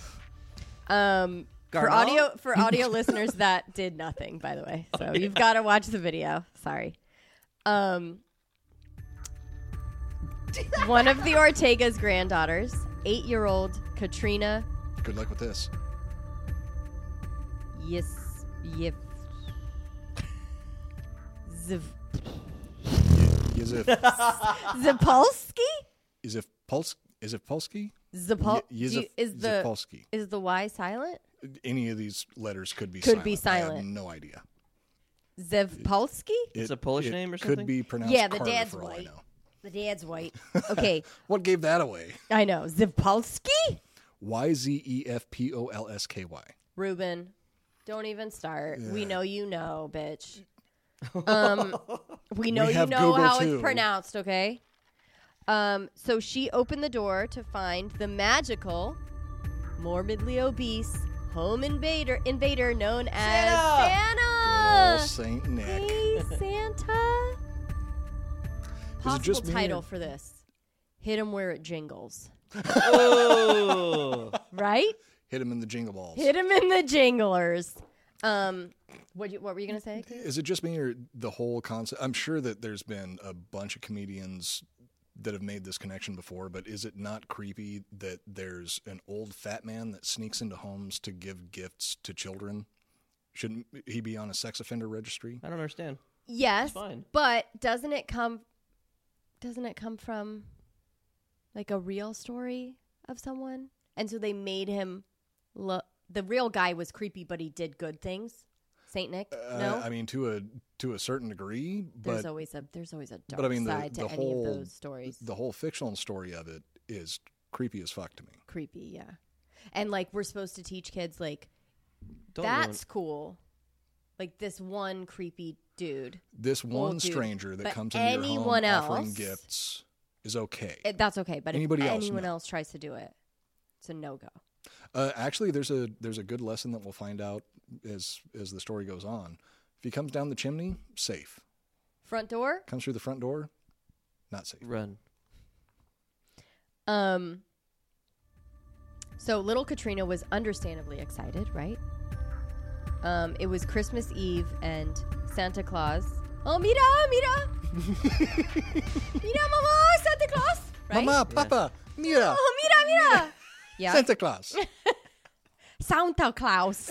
Speaker 2: Um, for
Speaker 1: Garnall?
Speaker 2: audio for audio listeners, that did nothing, by the way. So you've got to watch the video. Sorry. Um, one of the Ortega's granddaughters, eight-year-old Katrina
Speaker 3: Good luck with this.
Speaker 2: Yes, yep. Ziv-
Speaker 3: Is it
Speaker 2: Zapolsky?
Speaker 3: is it Puls is it Polsky?
Speaker 2: Zapol-
Speaker 3: Y- Yezif-
Speaker 2: do you- is the
Speaker 3: Zapolsky.
Speaker 2: is the Y silent?
Speaker 3: Any of these letters could be
Speaker 2: Could be
Speaker 3: I have
Speaker 2: silent.
Speaker 3: no idea.
Speaker 2: Zivpolsky?
Speaker 1: It's a Polish
Speaker 3: it
Speaker 1: name or
Speaker 3: Could
Speaker 1: something?
Speaker 3: be pronounced.
Speaker 2: Yeah, the
Speaker 3: Carter
Speaker 2: dad's
Speaker 3: for all I
Speaker 2: white.
Speaker 3: know.
Speaker 2: The dad's white. Okay,
Speaker 3: What gave that away?
Speaker 2: I know. Zivpolsky?
Speaker 3: Y z e f p o l s k y.
Speaker 2: Ruben, don't even start. We know you know, bitch. Um, we know you
Speaker 3: have
Speaker 2: know
Speaker 3: Google,
Speaker 2: how
Speaker 3: too.
Speaker 2: it's pronounced, okay? Um, so she opened the door to find the magical, morbidly obese home invader invader known
Speaker 3: Oh,
Speaker 2: as Santa.
Speaker 3: Saint Nick.
Speaker 2: Uh. Hey, Santa. Possible
Speaker 3: just me
Speaker 2: title
Speaker 3: or-
Speaker 2: for this: Hit 'em where it jingles.
Speaker 1: Oh,
Speaker 2: Right?
Speaker 3: Hit him in the jingle balls.
Speaker 2: Hit 'em in the jinglers. Um, what you, what were you gonna say?
Speaker 3: Is it just me or the whole concept? I'm sure that there's been a bunch of comedians that have made this connection before, but is it not creepy that there's an old fat man that sneaks into homes to give gifts to children? Shouldn't he be on a sex offender registry?
Speaker 1: I don't understand.
Speaker 2: Yes,
Speaker 1: fine.
Speaker 2: but doesn't it come? Doesn't it come from like a real story of someone? And so they made him look. The real guy was creepy, but he did good things. Saint Nick, no.
Speaker 3: Uh, I mean, to a to a certain degree,
Speaker 2: there's
Speaker 3: but
Speaker 2: always a there's always a dark
Speaker 3: but I mean the,
Speaker 2: side
Speaker 3: the
Speaker 2: to any
Speaker 3: whole
Speaker 2: of those stories.
Speaker 3: the whole fictional story of it is creepy as fuck to me.
Speaker 2: creepy, yeah. And like we're supposed to teach kids like
Speaker 1: Don't ruin-
Speaker 2: that's cool. Like this one creepy dude.
Speaker 3: This one
Speaker 2: dude,
Speaker 3: stranger that
Speaker 2: but
Speaker 3: comes into your home
Speaker 2: anyone
Speaker 3: offering
Speaker 2: else-
Speaker 3: gifts is okay.
Speaker 2: It, Eh, that's okay, but
Speaker 3: Anybody
Speaker 2: if
Speaker 3: else,
Speaker 2: anyone
Speaker 3: no.
Speaker 2: else tries to do it, it's a no go.
Speaker 3: Uh, actually, there's a there's a good lesson that we'll find out as as the story goes on. If he comes down the chimney, safe.
Speaker 2: Front door,
Speaker 3: Comes through the front door, not safe.
Speaker 1: Run.
Speaker 2: Um. So little Katrina was understandably excited, right? Um, it was Christmas Eve and Santa Claus. Oh, mira, mira, mira, mama, Santa Claus, right?
Speaker 3: Mama, Papa, Mira,
Speaker 2: Oh, mira, mira. Yeah,
Speaker 3: Santa Claus.
Speaker 2: Santa Claus.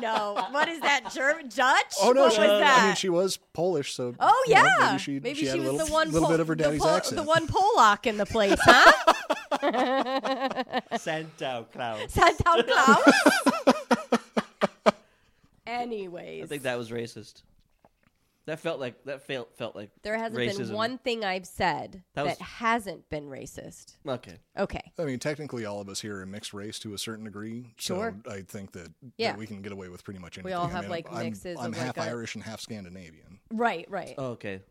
Speaker 2: no, what is that? German Dutch?
Speaker 3: Oh no,
Speaker 2: what
Speaker 3: she,
Speaker 2: was that?
Speaker 3: I mean she was Polish, so
Speaker 2: Oh
Speaker 3: you know,
Speaker 2: yeah,
Speaker 3: maybe she, she, had a
Speaker 2: was
Speaker 3: little,
Speaker 2: the one
Speaker 3: little
Speaker 2: Pol-
Speaker 3: bit of her
Speaker 2: the
Speaker 3: daddy's
Speaker 2: Pol-
Speaker 3: accent.
Speaker 2: the one Polak in the place, huh?
Speaker 1: Santa Claus.
Speaker 2: Santa Claus. Anyways,
Speaker 1: I think that was racist. That felt like that felt felt like
Speaker 2: there hasn't
Speaker 1: racism.
Speaker 2: been one thing I've said
Speaker 1: That
Speaker 2: that,
Speaker 1: was-
Speaker 2: hasn't been racist.
Speaker 1: Okay,
Speaker 2: Okay,
Speaker 3: I mean, technically, all of us here are mixed race to a certain degree.
Speaker 2: Sure.
Speaker 3: So I think that, that
Speaker 2: Yeah.
Speaker 3: we can get away with pretty much anything.
Speaker 2: We all
Speaker 3: I
Speaker 2: have,
Speaker 3: mean,
Speaker 2: like,
Speaker 3: I'm,
Speaker 2: mixes
Speaker 3: I'm
Speaker 2: of,
Speaker 3: half
Speaker 2: like, a-
Speaker 3: Irish and half Scandinavian.
Speaker 2: right, right.
Speaker 1: oh, okay,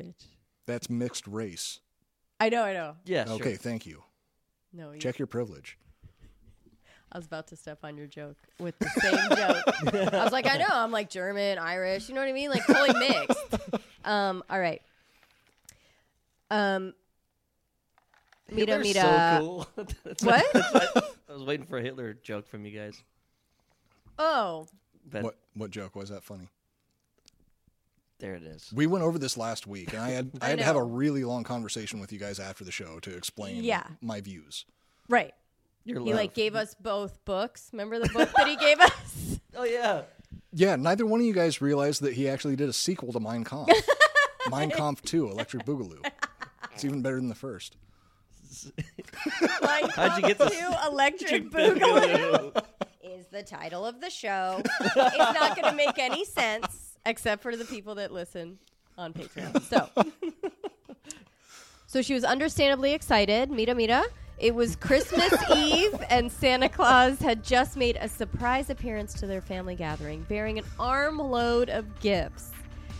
Speaker 2: Bitch.
Speaker 3: That's mixed race.
Speaker 2: I know, I know.
Speaker 1: yeah, sure.
Speaker 3: Okay, thank you.
Speaker 2: No, you,
Speaker 3: Check your privilege.
Speaker 2: I was about to step on your joke with the same joke. I was like, I know, I'm like German, Irish, you know what I mean? Like totally mixed. Um, all right. Um, Mita,
Speaker 1: Hitler's
Speaker 2: Mita.
Speaker 1: So cool. That's
Speaker 2: What?
Speaker 1: I was waiting for a Hitler joke from you guys.
Speaker 2: Oh,
Speaker 1: But
Speaker 3: What what joke was that funny?
Speaker 1: there it is.
Speaker 3: We went over this last week, and I had I,
Speaker 2: I
Speaker 3: had to have
Speaker 2: know.
Speaker 3: a really long conversation with you guys after the show to explain
Speaker 2: Yeah.
Speaker 3: my views.
Speaker 2: right.
Speaker 1: Your
Speaker 2: He
Speaker 1: love.
Speaker 2: like gave us both books. Remember the book that he gave us?
Speaker 1: oh yeah.
Speaker 3: Yeah, neither one of you guys realized that he actually did a sequel to Mein Kampf. Mein Kampf 2, Electric Boogaloo. It's even better than the first.
Speaker 2: Like,
Speaker 1: How'd you get
Speaker 2: Welcome
Speaker 1: this-
Speaker 2: to Electric Boogaloo? is the title of the show. it's not going to make any sense except for the people that listen on Patreon. So, so she was understandably excited. Mira, Mira. It was Christmas Eve, and Santa Claus had just made a surprise appearance to their family gathering, bearing an armload of gifts.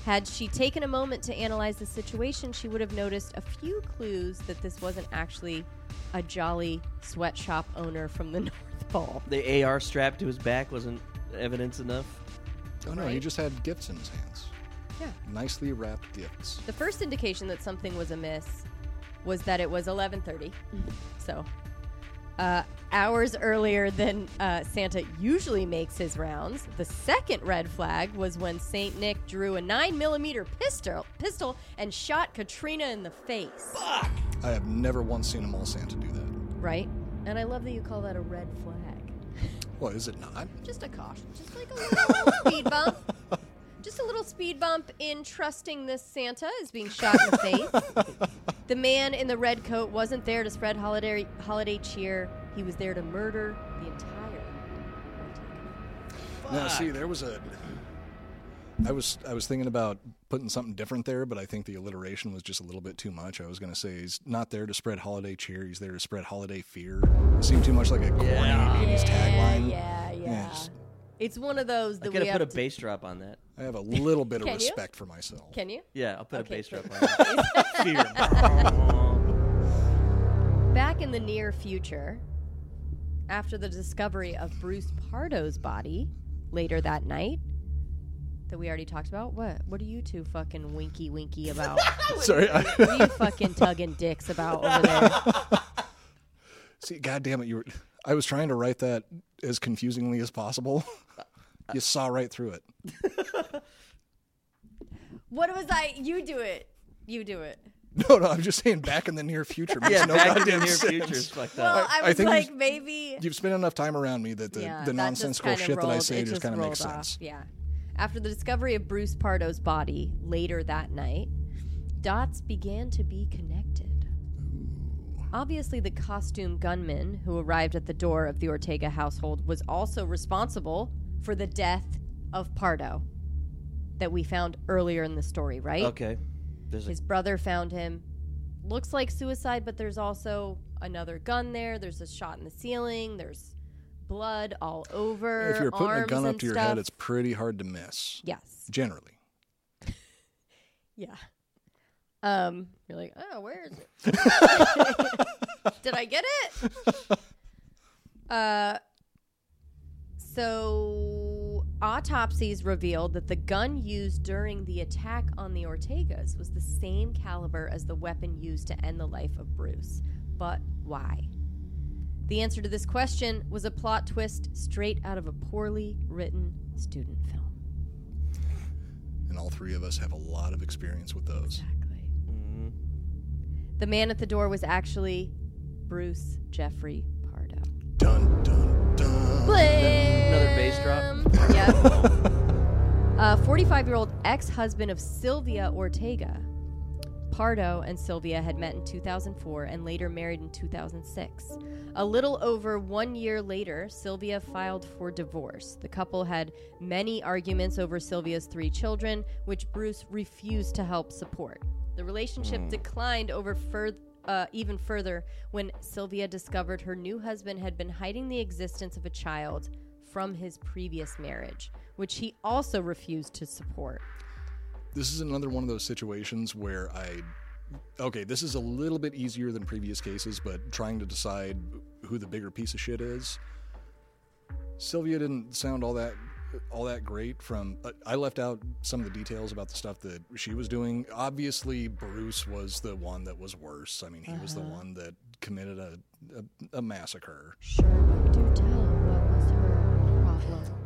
Speaker 2: Had she taken a moment to analyze the situation, she would have noticed a few clues that this wasn't actually a jolly sweatshop owner from the North Pole.
Speaker 1: The AR strapped to his back wasn't evidence enough.
Speaker 3: Oh, no, he
Speaker 2: Right.
Speaker 3: just had gifts in his hands.
Speaker 2: Yeah.
Speaker 3: Nicely wrapped gifts.
Speaker 2: The first indication that something was amiss was that it was 11:30. So, uh, hours earlier than uh, Santa usually makes his rounds. The second red flag was when Saint Nick drew a 9 millimeter pistol pistol and shot Katrina in the face.
Speaker 3: I have never once seen a mall Santa do that.
Speaker 2: Right? And I love that you call that a red flag.
Speaker 3: Well, is it not?
Speaker 2: Just a caution. Just like a little speed bump. Just a little speed bump in trusting this Santa is being shot in the face. the man in the red coat wasn't there to spread holiday holiday cheer. He was there to murder the entire.
Speaker 3: Now, see, there was a. I was I was thinking about putting something different there, but I think the alliteration was just a little bit too much. I was going to say he's not there to spread holiday cheer; he's there to spread holiday fear. It seemed too much like a corny '80s tagline.
Speaker 2: Yeah, yeah.
Speaker 3: just-
Speaker 2: It's one of those that
Speaker 1: I
Speaker 2: we
Speaker 1: could have
Speaker 2: have
Speaker 1: put a
Speaker 2: to-
Speaker 1: bass drop on that.
Speaker 3: I have a little bit of
Speaker 2: Can you?
Speaker 3: respect for myself.
Speaker 2: Can you?
Speaker 1: Yeah, I'll put
Speaker 2: Okay,
Speaker 1: a bass
Speaker 2: cool.
Speaker 1: drop on that.
Speaker 2: Back in the near future, after the discovery of Bruce Pardo's body later that night, that we already talked about, what what are you two fucking winky winky about?
Speaker 3: Sorry, I,
Speaker 2: what are you fucking tugging dicks about over there?
Speaker 3: see, God damn it, you were. I was trying to write that as confusingly as possible. you saw right through it.
Speaker 2: What was I? You do it. You do it.
Speaker 3: No, no, I'm just saying back in the near future. makes
Speaker 1: yeah,
Speaker 3: no
Speaker 1: back in the
Speaker 3: goddamn
Speaker 1: near
Speaker 3: sense.
Speaker 1: future is fucked up.
Speaker 2: Well, I,
Speaker 3: I
Speaker 2: was
Speaker 3: think
Speaker 2: like
Speaker 3: you-
Speaker 2: maybe.
Speaker 3: You've spent enough time around me that the,
Speaker 2: yeah,
Speaker 3: the
Speaker 2: that
Speaker 3: nonsensical
Speaker 2: just
Speaker 3: shit
Speaker 2: kinda
Speaker 3: that I
Speaker 2: rolled-
Speaker 3: say
Speaker 2: it
Speaker 3: just, kind of
Speaker 2: rolled
Speaker 3: makes
Speaker 2: off.
Speaker 3: sense.
Speaker 2: Yeah. After the discovery of Bruce Pardo's body later that night, dots began to be connected. Obviously, the costume gunman who arrived at the door of the Ortega household was also responsible for the death of Pardo that we found earlier in the story, right?
Speaker 1: okay. There's a
Speaker 2: His brother found him. Looks like suicide, but there's also another gun there. There's a shot in the ceiling. There's blood all over.
Speaker 3: If you're putting a
Speaker 2: arms
Speaker 3: gun up
Speaker 2: and
Speaker 3: to your
Speaker 2: stuff.
Speaker 3: head, it's pretty hard to miss.
Speaker 2: yes,
Speaker 3: Generally.
Speaker 2: yeah. Um, you're like, oh, where is it? Did I get it? Uh, so autopsies revealed that the gun used during the attack on the Ortegas was the same caliber as the weapon used to end the life of Bruce. But why? The answer to this question was a plot twist straight out of a poorly written student film.
Speaker 3: And all three of us have a lot of experience with those.
Speaker 2: Exactly.
Speaker 1: Mm-hmm.
Speaker 2: The man at the door was actually Bruce Jeffrey Pardo.
Speaker 3: Dun, dun, dun.
Speaker 1: another bass drop.
Speaker 2: Yep. A 45 year old ex husband of Sylvia Ortega. Pardo and Sylvia had met in 2004 and later married in 2006. A little over one year later, Sylvia filed for divorce. The couple had many arguments over Sylvia's three children, which Bruce refused to help support. The relationship declined over fur- uh, even further when Sylvia discovered her new husband had been hiding the existence of a child from his previous marriage, which he also refused to support.
Speaker 3: This is another one of those situations where I. Okay, this is a little bit easier than previous cases, but trying to decide who the bigger piece of shit is. Sylvia didn't sound all that all that great from uh, I left out some of the details about the stuff that she was doing. Obviously Bruce was the one that was worse. I mean, he was the
Speaker 2: Mm-hmm.
Speaker 3: one that committed a a, a massacre.
Speaker 2: Sure, but do tell what was her problem.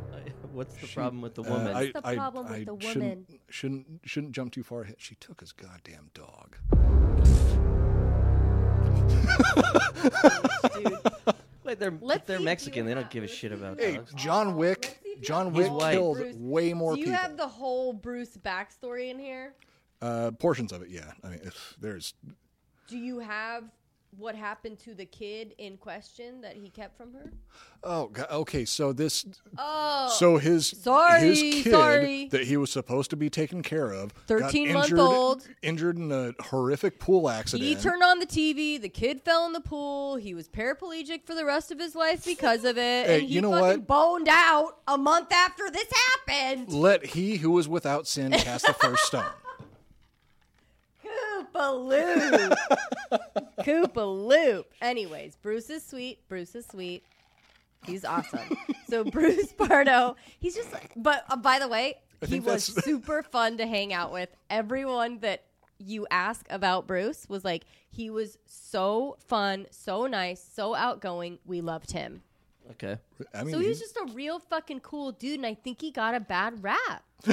Speaker 1: What's the problem with the
Speaker 3: Uh,
Speaker 1: woman?
Speaker 3: I,
Speaker 2: the
Speaker 3: I-
Speaker 2: problem with
Speaker 3: I
Speaker 2: the
Speaker 3: shouldn't,
Speaker 2: woman?
Speaker 3: shouldn't shouldn't jump too far ahead. She took his goddamn dog.
Speaker 1: Wait, they're
Speaker 2: Let's
Speaker 1: they're
Speaker 2: see,
Speaker 1: Mexican.
Speaker 2: do
Speaker 1: They
Speaker 2: you
Speaker 1: don't
Speaker 2: have-
Speaker 1: give a shit about
Speaker 3: Hey,
Speaker 1: dogs.
Speaker 3: John Wick.
Speaker 2: see if you
Speaker 3: John
Speaker 2: have
Speaker 3: Wick
Speaker 1: He's white.
Speaker 3: killed
Speaker 2: Bruce,
Speaker 3: way more
Speaker 2: Do you
Speaker 3: people.
Speaker 2: have the whole Bruce backstory in here?
Speaker 3: uh, portions of it, yeah. I mean, if there's
Speaker 2: Do you have what happened to the kid in question that he kept from her?
Speaker 3: oh go- okay. So this
Speaker 2: Oh,
Speaker 3: so his his
Speaker 2: sorry,
Speaker 3: kid
Speaker 2: sorry.
Speaker 3: that he was supposed to be taken care of, got
Speaker 2: 13 month
Speaker 3: injured-
Speaker 2: old.
Speaker 3: injured in a horrific pool accident.
Speaker 2: he turned on the TV. The kid fell in the pool. He was paraplegic for the rest of his life because of it.
Speaker 3: Hey,
Speaker 2: and he
Speaker 3: you know
Speaker 2: fucking
Speaker 3: what?
Speaker 2: boned out a month after this happened.
Speaker 3: Let he who was without sin cast the first stone.
Speaker 2: Koopaloop. Koopaloop. Anyways, Bruce is sweet. Bruce is sweet. He's awesome. so Bruce Pardo, he's just. But uh, by the way,
Speaker 3: I
Speaker 2: he
Speaker 3: think
Speaker 2: was
Speaker 3: that's
Speaker 2: super fun to hang out with. Everyone that you ask about Bruce was like, he was so fun, so nice, so outgoing. We loved him.
Speaker 1: Okay.
Speaker 3: I mean
Speaker 2: So he was
Speaker 3: he-
Speaker 2: just a real fucking cool dude, and I think he got a bad rap.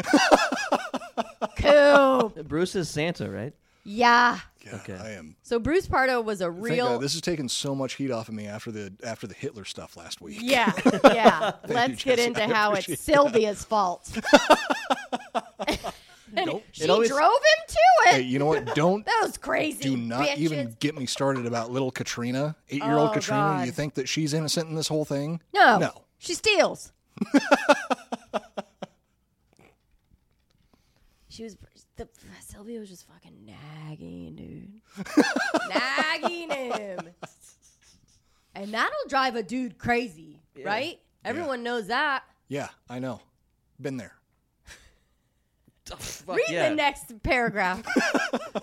Speaker 2: cool.
Speaker 1: Bruce is Santa, right?
Speaker 2: Yeah.
Speaker 3: yeah,
Speaker 1: okay.
Speaker 3: I am
Speaker 2: So Bruce Pardo was a
Speaker 3: Thank
Speaker 2: real.
Speaker 3: God, uh, this is taking so much heat off of me after the after the Hitler stuff last week.
Speaker 2: yeah, yeah. Let's get
Speaker 3: Jesse.
Speaker 2: into
Speaker 3: I
Speaker 2: how
Speaker 3: appreciate
Speaker 2: it's Sylvia's fault. And she
Speaker 1: It always-
Speaker 2: drove him to it.
Speaker 3: Hey, you know what? Don't
Speaker 2: That was crazy.
Speaker 3: do not
Speaker 2: bitches.
Speaker 3: even get me started about little Katrina, eight year old
Speaker 2: Oh,
Speaker 3: Katrina.
Speaker 2: God.
Speaker 3: You think that she's innocent in this whole thing?
Speaker 2: No.
Speaker 3: No.
Speaker 2: She steals. she was the Sylvia was just fucking nagging, dude. nagging him. And that'll drive a dude crazy, right? Everyone knows that.
Speaker 3: Yeah, I know. Been there.
Speaker 1: Oh, fuck
Speaker 2: Read
Speaker 1: yeah.
Speaker 2: the next paragraph.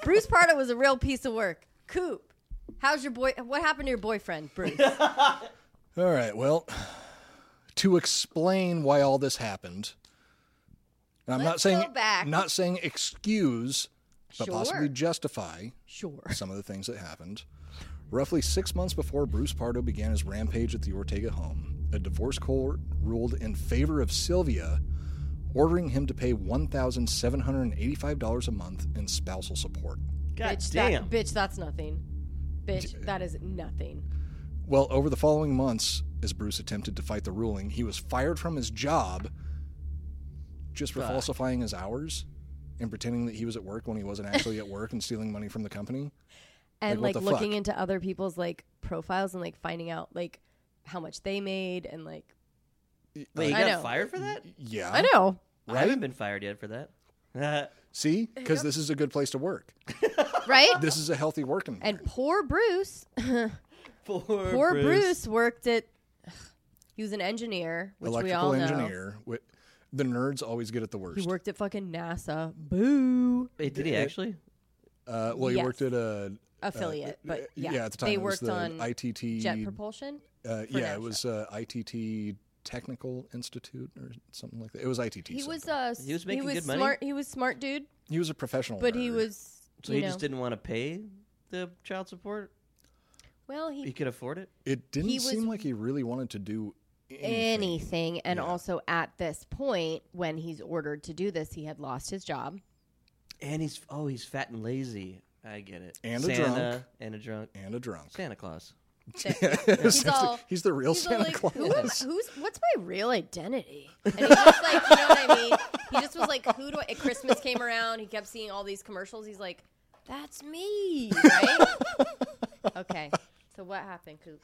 Speaker 2: Bruce Pardo was a real piece of work. Coop, how's your boy? What happened to your boyfriend, Bruce?
Speaker 3: All right. Well, to explain why all this happened, and I'm
Speaker 2: Let's
Speaker 3: not saying
Speaker 2: go back.
Speaker 3: not saying excuse, but possibly
Speaker 2: Sure.
Speaker 3: justify
Speaker 2: sure.
Speaker 3: some of the things that happened. Roughly six months before Bruce Pardo began his rampage at the Ortega home, a divorce court ruled in favor of Sylvia, ordering him to pay $1,785 a month in spousal support.
Speaker 1: God
Speaker 2: bitch,
Speaker 1: damn.
Speaker 2: That, bitch, that's nothing. Bitch, that is nothing.
Speaker 3: Well, over the following months, as Bruce attempted to fight the ruling, he was fired from his job just for falsifying his hours and pretending that he was at work when he wasn't actually at work and stealing money from the company.
Speaker 2: And like,
Speaker 3: Like, what the
Speaker 2: looking
Speaker 3: fuck?
Speaker 2: into other people's like profiles and like finding out like how much they made and like
Speaker 1: Wait, he
Speaker 2: I
Speaker 1: got
Speaker 2: know.
Speaker 1: fired for that?
Speaker 3: Yeah.
Speaker 2: I know.
Speaker 1: I haven't been fired yet for that.
Speaker 3: See? Because this is a good place to work.
Speaker 2: Right?
Speaker 3: This is a healthy work environment.
Speaker 2: and poor Bruce
Speaker 1: Poor,
Speaker 2: poor Bruce. worked at he was an engineer, which we
Speaker 3: electrical
Speaker 2: all know.
Speaker 3: engineer. Wi- the nerds always get it the
Speaker 2: He
Speaker 3: worst.
Speaker 2: worked at fucking NASA. Boo.
Speaker 1: Wait, did he actually?
Speaker 3: uh, well, he
Speaker 2: Yes.
Speaker 3: worked at a
Speaker 2: Affiliate, but yeah.
Speaker 3: Uh, yeah. At the time,
Speaker 2: they
Speaker 3: it was
Speaker 2: worked
Speaker 3: the
Speaker 2: on
Speaker 3: ITT.
Speaker 2: jet propulsion.
Speaker 3: uh, yeah, it
Speaker 2: NASA.
Speaker 3: was uh, ITT Technical Institute or something like that. It was ITT.
Speaker 2: He was
Speaker 3: something.
Speaker 2: uh
Speaker 1: He was making good money?
Speaker 2: smart he was smart dude,
Speaker 3: he was a professional,
Speaker 2: but he
Speaker 3: nerd.
Speaker 2: was
Speaker 1: So
Speaker 2: you
Speaker 1: he
Speaker 2: know,
Speaker 1: just didn't want to pay the child support?
Speaker 2: well
Speaker 1: He could afford it?
Speaker 3: It didn't
Speaker 2: he was-
Speaker 3: seem like he really wanted to do anything.
Speaker 2: anything. And
Speaker 3: Yeah.
Speaker 2: also at this point, when he's ordered to do this, he had lost his job.
Speaker 1: And he's oh, he's fat and lazy. I get it.
Speaker 3: And a
Speaker 1: Santa,
Speaker 3: drunk.
Speaker 1: And a drunk.
Speaker 3: and a drunk.
Speaker 1: Santa Claus.
Speaker 2: He's all-
Speaker 3: he's the real
Speaker 2: he's all
Speaker 3: Santa
Speaker 2: like,
Speaker 3: Claus.
Speaker 2: Who am, who's what's my real identity? And he just like, you know what I mean? He just was like, who do I? At Christmas came around, he kept seeing all these commercials. He's like, that's me, right? okay. So what happened, Coop?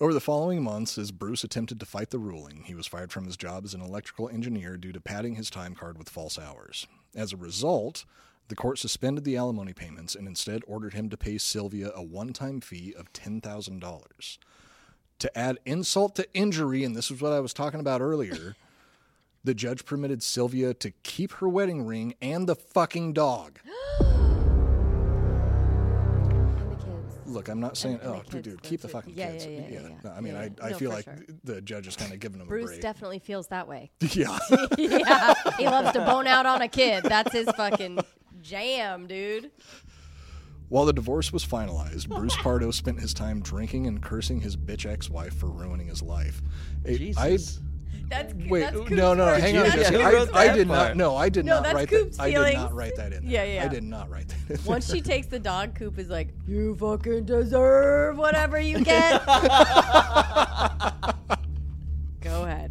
Speaker 3: Over the following months, as Bruce attempted to fight the ruling, he was fired from his job as an electrical engineer due to padding his time card with false hours. As a result, the court suspended the alimony payments and instead ordered him to pay Sylvia a one time fee of $10,000. To add insult to injury, and this is what I was talking about earlier, the judge permitted Sylvia to keep her wedding ring and the fucking dog.
Speaker 2: And the kids.
Speaker 3: Look, I'm not saying,
Speaker 2: and the
Speaker 3: oh,
Speaker 2: kids,
Speaker 3: dude,
Speaker 2: the
Speaker 3: keep the
Speaker 2: two-
Speaker 3: fucking
Speaker 2: yeah, yeah,
Speaker 3: kids.
Speaker 2: yeah, yeah, yeah.
Speaker 3: No, I mean,
Speaker 2: Yeah, yeah.
Speaker 3: I, I
Speaker 2: No,
Speaker 3: feel
Speaker 2: for
Speaker 3: like
Speaker 2: sure.
Speaker 3: the judge is kind of giving him a
Speaker 2: Bruce
Speaker 3: break.
Speaker 2: definitely feels that way.
Speaker 3: yeah.
Speaker 2: yeah, he loves to bone out on a kid. That's his fucking jam, dude.
Speaker 3: While the divorce was finalized, Bruce Pardo spent his time drinking and cursing his bitch ex-wife for ruining his life. Eh, I,
Speaker 1: Jesus.
Speaker 2: That's
Speaker 3: wait,
Speaker 2: that's Coop's
Speaker 3: no, no,
Speaker 2: part.
Speaker 3: hang on.
Speaker 2: That's
Speaker 3: Jesse.
Speaker 1: who
Speaker 2: Coop's
Speaker 3: I,
Speaker 1: wrote
Speaker 3: I
Speaker 1: that
Speaker 3: did
Speaker 1: part?
Speaker 3: not. No, I did
Speaker 2: No,
Speaker 3: not
Speaker 2: that's
Speaker 3: write
Speaker 2: Coop's
Speaker 3: that. I did
Speaker 2: feelings.
Speaker 3: not write that in.
Speaker 2: Yeah,
Speaker 3: there.
Speaker 2: yeah.
Speaker 3: I did not write that. In
Speaker 2: Once she takes the dog, Coop is like, "You fucking deserve whatever you get." Go ahead.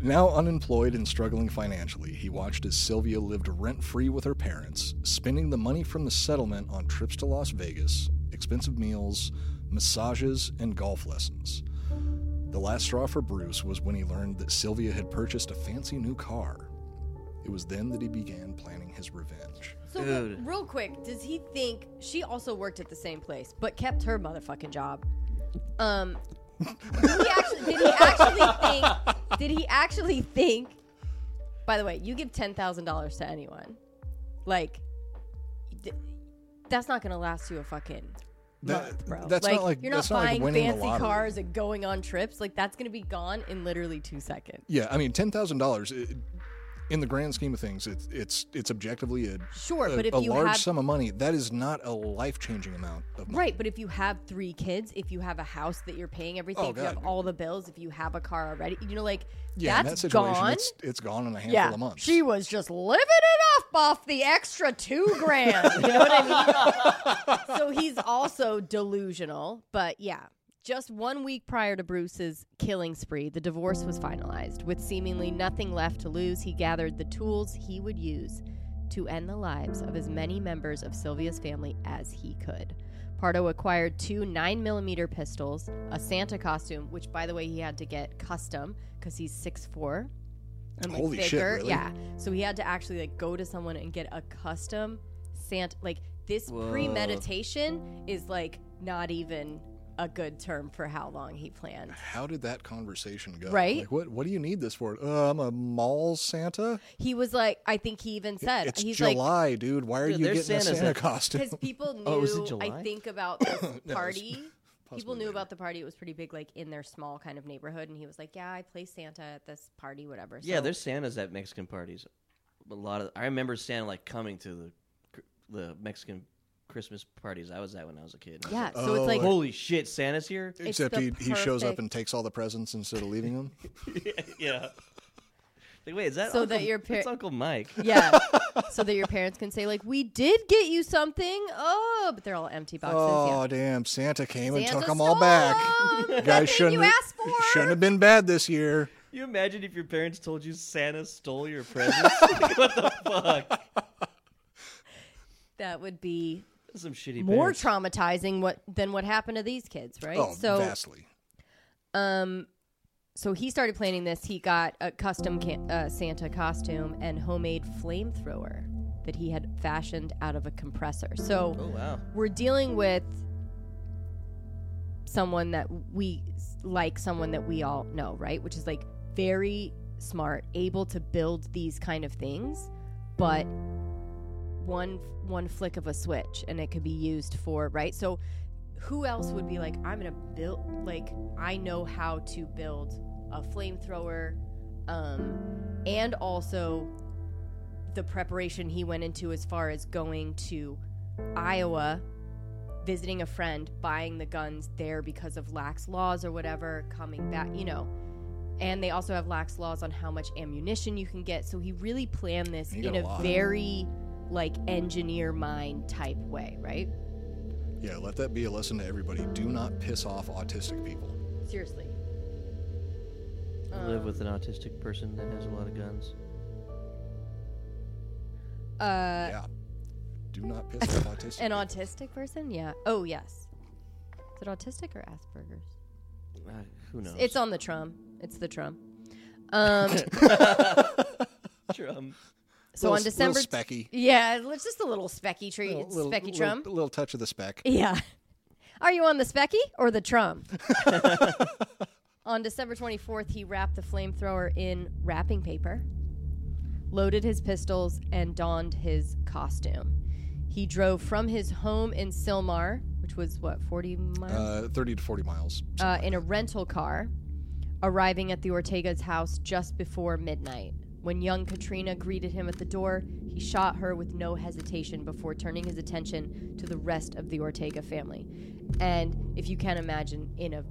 Speaker 3: Now unemployed and struggling financially, he watched as Sylvia lived rent free with her parents, spending the money from the settlement on trips to Las Vegas, expensive meals, massages, and golf lessons. The last straw for Bruce was when he learned that Sylvia had purchased a fancy new car. It was then that he began planning his revenge.
Speaker 2: So, uh,
Speaker 1: Dude.
Speaker 2: real- real quick, does he think she also worked at the same place but kept her motherfucking job? Um, did he actually, did he actually think? Did he actually think? By the way, you give ten thousand dollars to anyone, like, th- that's not gonna last you a fucking
Speaker 3: That-
Speaker 2: month, bro.
Speaker 3: that's not like-
Speaker 2: you're not
Speaker 3: that's not like
Speaker 2: buying
Speaker 3: winning the
Speaker 2: fancy
Speaker 3: lottery.
Speaker 2: cars and going on trips. Like that's gonna be gone in literally two seconds.
Speaker 3: Yeah, I mean, $10,000, it- in the grand scheme of things, it's it's it's objectively a
Speaker 2: Sure,
Speaker 3: a,
Speaker 2: but if
Speaker 3: a
Speaker 2: you
Speaker 3: large
Speaker 2: have-
Speaker 3: sum of money. That is not a life changing amount of money.
Speaker 2: Right, but if you have three kids, if you have a house that you're paying everything,
Speaker 3: Oh,
Speaker 2: if you have
Speaker 3: God.
Speaker 2: all the bills, if you have a car already, you know, like
Speaker 3: Yeah, in that
Speaker 2: that's
Speaker 3: situation,
Speaker 2: gone.
Speaker 3: It's, it's gone in a handful
Speaker 2: yeah,
Speaker 3: of months.
Speaker 2: she was just living it up off the extra two grand. You know what I mean? so he's also delusional, but yeah. Just one week prior to Bruce's killing spree, the divorce was finalized. With seemingly nothing left to lose, he gathered the tools he would use to end the lives of as many members of Sylvia's family as he could. Pardo acquired two 9mm pistols, a Santa costume, which, by the way, he had to get custom because he's 6'4 and like
Speaker 3: Holy shit,
Speaker 2: thicker.
Speaker 3: really?
Speaker 2: Yeah. So he had to actually like go to someone and get a custom Santa. Like, this premeditation is like not even a good term for how long he planned.
Speaker 3: How did that conversation go?
Speaker 2: Right?
Speaker 3: Like, what what do you need this for? Uh, I'm a mall Santa.
Speaker 2: He was like, I think he even said,
Speaker 3: it's
Speaker 2: he's like,
Speaker 3: July, dude. Why are
Speaker 1: Dude,
Speaker 3: you
Speaker 1: there's
Speaker 3: getting a
Speaker 1: Santas
Speaker 3: Santa
Speaker 1: that-
Speaker 3: costume?
Speaker 2: because people knew.
Speaker 1: Oh, was it July?
Speaker 2: I think about this
Speaker 3: was
Speaker 2: party. people knew
Speaker 3: later.
Speaker 2: about the party. It was pretty big, like in their small kind of neighborhood. And he was like, "Yeah, I play Santa at this party, whatever."
Speaker 1: Yeah,
Speaker 2: So-
Speaker 1: there's Santas at Mexican parties. A lot of I remember Santa like coming to the cr- the Mexican Christmas parties I was at when I was a kid.
Speaker 2: yeah. So
Speaker 3: Oh.
Speaker 2: it's like
Speaker 1: Holy shit, Santa's here!
Speaker 2: it's
Speaker 3: Except
Speaker 2: the
Speaker 3: he, he shows up
Speaker 2: perfect-
Speaker 3: and takes all the presents instead of leaving them.
Speaker 1: yeah. Like, wait, is that
Speaker 2: So
Speaker 1: Uncle,
Speaker 2: that your par-
Speaker 1: that's Uncle Mike?
Speaker 2: yeah, so that your parents can say like, "We did get you something." Oh, but they're all empty boxes.
Speaker 3: oh
Speaker 2: yeah.
Speaker 3: damn! Santa came and
Speaker 2: Santa
Speaker 3: took them all back.
Speaker 2: stole 'em! That
Speaker 3: Guys
Speaker 2: thing
Speaker 3: shouldn't
Speaker 2: you asked for.
Speaker 3: shouldn't have been bad this year.
Speaker 1: You imagine if your parents told you Santa stole your presents? Like, what the fuck?
Speaker 2: That would be
Speaker 1: That's some shitty.
Speaker 2: more
Speaker 1: parents.
Speaker 2: traumatizing what than what happened to these kids, right?
Speaker 3: Oh,
Speaker 2: so
Speaker 3: vastly.
Speaker 2: Um, so he started planning this. He got a custom can- uh, Santa costume and homemade flamethrower that he had fashioned out of a compressor. So
Speaker 1: Oh wow.
Speaker 2: we're dealing with someone that we like, someone that we all know, right? Which is like very smart, able to build these kind of things, but one one flick of a switch and it could be used for right. So who else would be like, I'm gonna build like I know how to build a flamethrower, um, and also the preparation he went into as far as going to Iowa, visiting a friend, buying the guns there because of lax laws or whatever, coming back, you know. And they also have lax laws on how much ammunition you can get. So he really planned this
Speaker 3: You got
Speaker 2: in a,
Speaker 3: a lot.
Speaker 2: very like engineer mind type way, right?
Speaker 3: Yeah, let that be a lesson to everybody. Do not piss off autistic people.
Speaker 2: Seriously.
Speaker 1: I live with an autistic person that has a lot of guns.
Speaker 2: Uh,
Speaker 3: yeah. Do not piss off autistic
Speaker 2: an
Speaker 3: people.
Speaker 2: autistic person? Yeah. Oh, yes. Is it autistic or Asperger's?
Speaker 1: Uh, who knows?
Speaker 2: It's on the Trump. It's the Trump. Um,
Speaker 1: Trump.
Speaker 2: so
Speaker 3: Little-
Speaker 2: on December
Speaker 3: Little specky.
Speaker 2: Yeah, it's just a little specky tree.
Speaker 3: Little,
Speaker 2: It's
Speaker 3: little,
Speaker 2: specky
Speaker 3: little-
Speaker 2: Trump.
Speaker 3: little touch of the speck.
Speaker 2: Yeah. Are you on the specky or the Trump? on December 24th, he wrapped the flamethrower in wrapping paper, loaded his pistols, and donned his costume. He drove from his home in Silmar, which was what, 40 miles?
Speaker 3: Uh, 30 to 40 miles.
Speaker 2: uh, in a rental car, arriving at the Ortega's house just before midnight. When young Katrina greeted him at the door, he shot her with no hesitation before turning his attention to the rest of the Ortega family. And if you can imagine, in a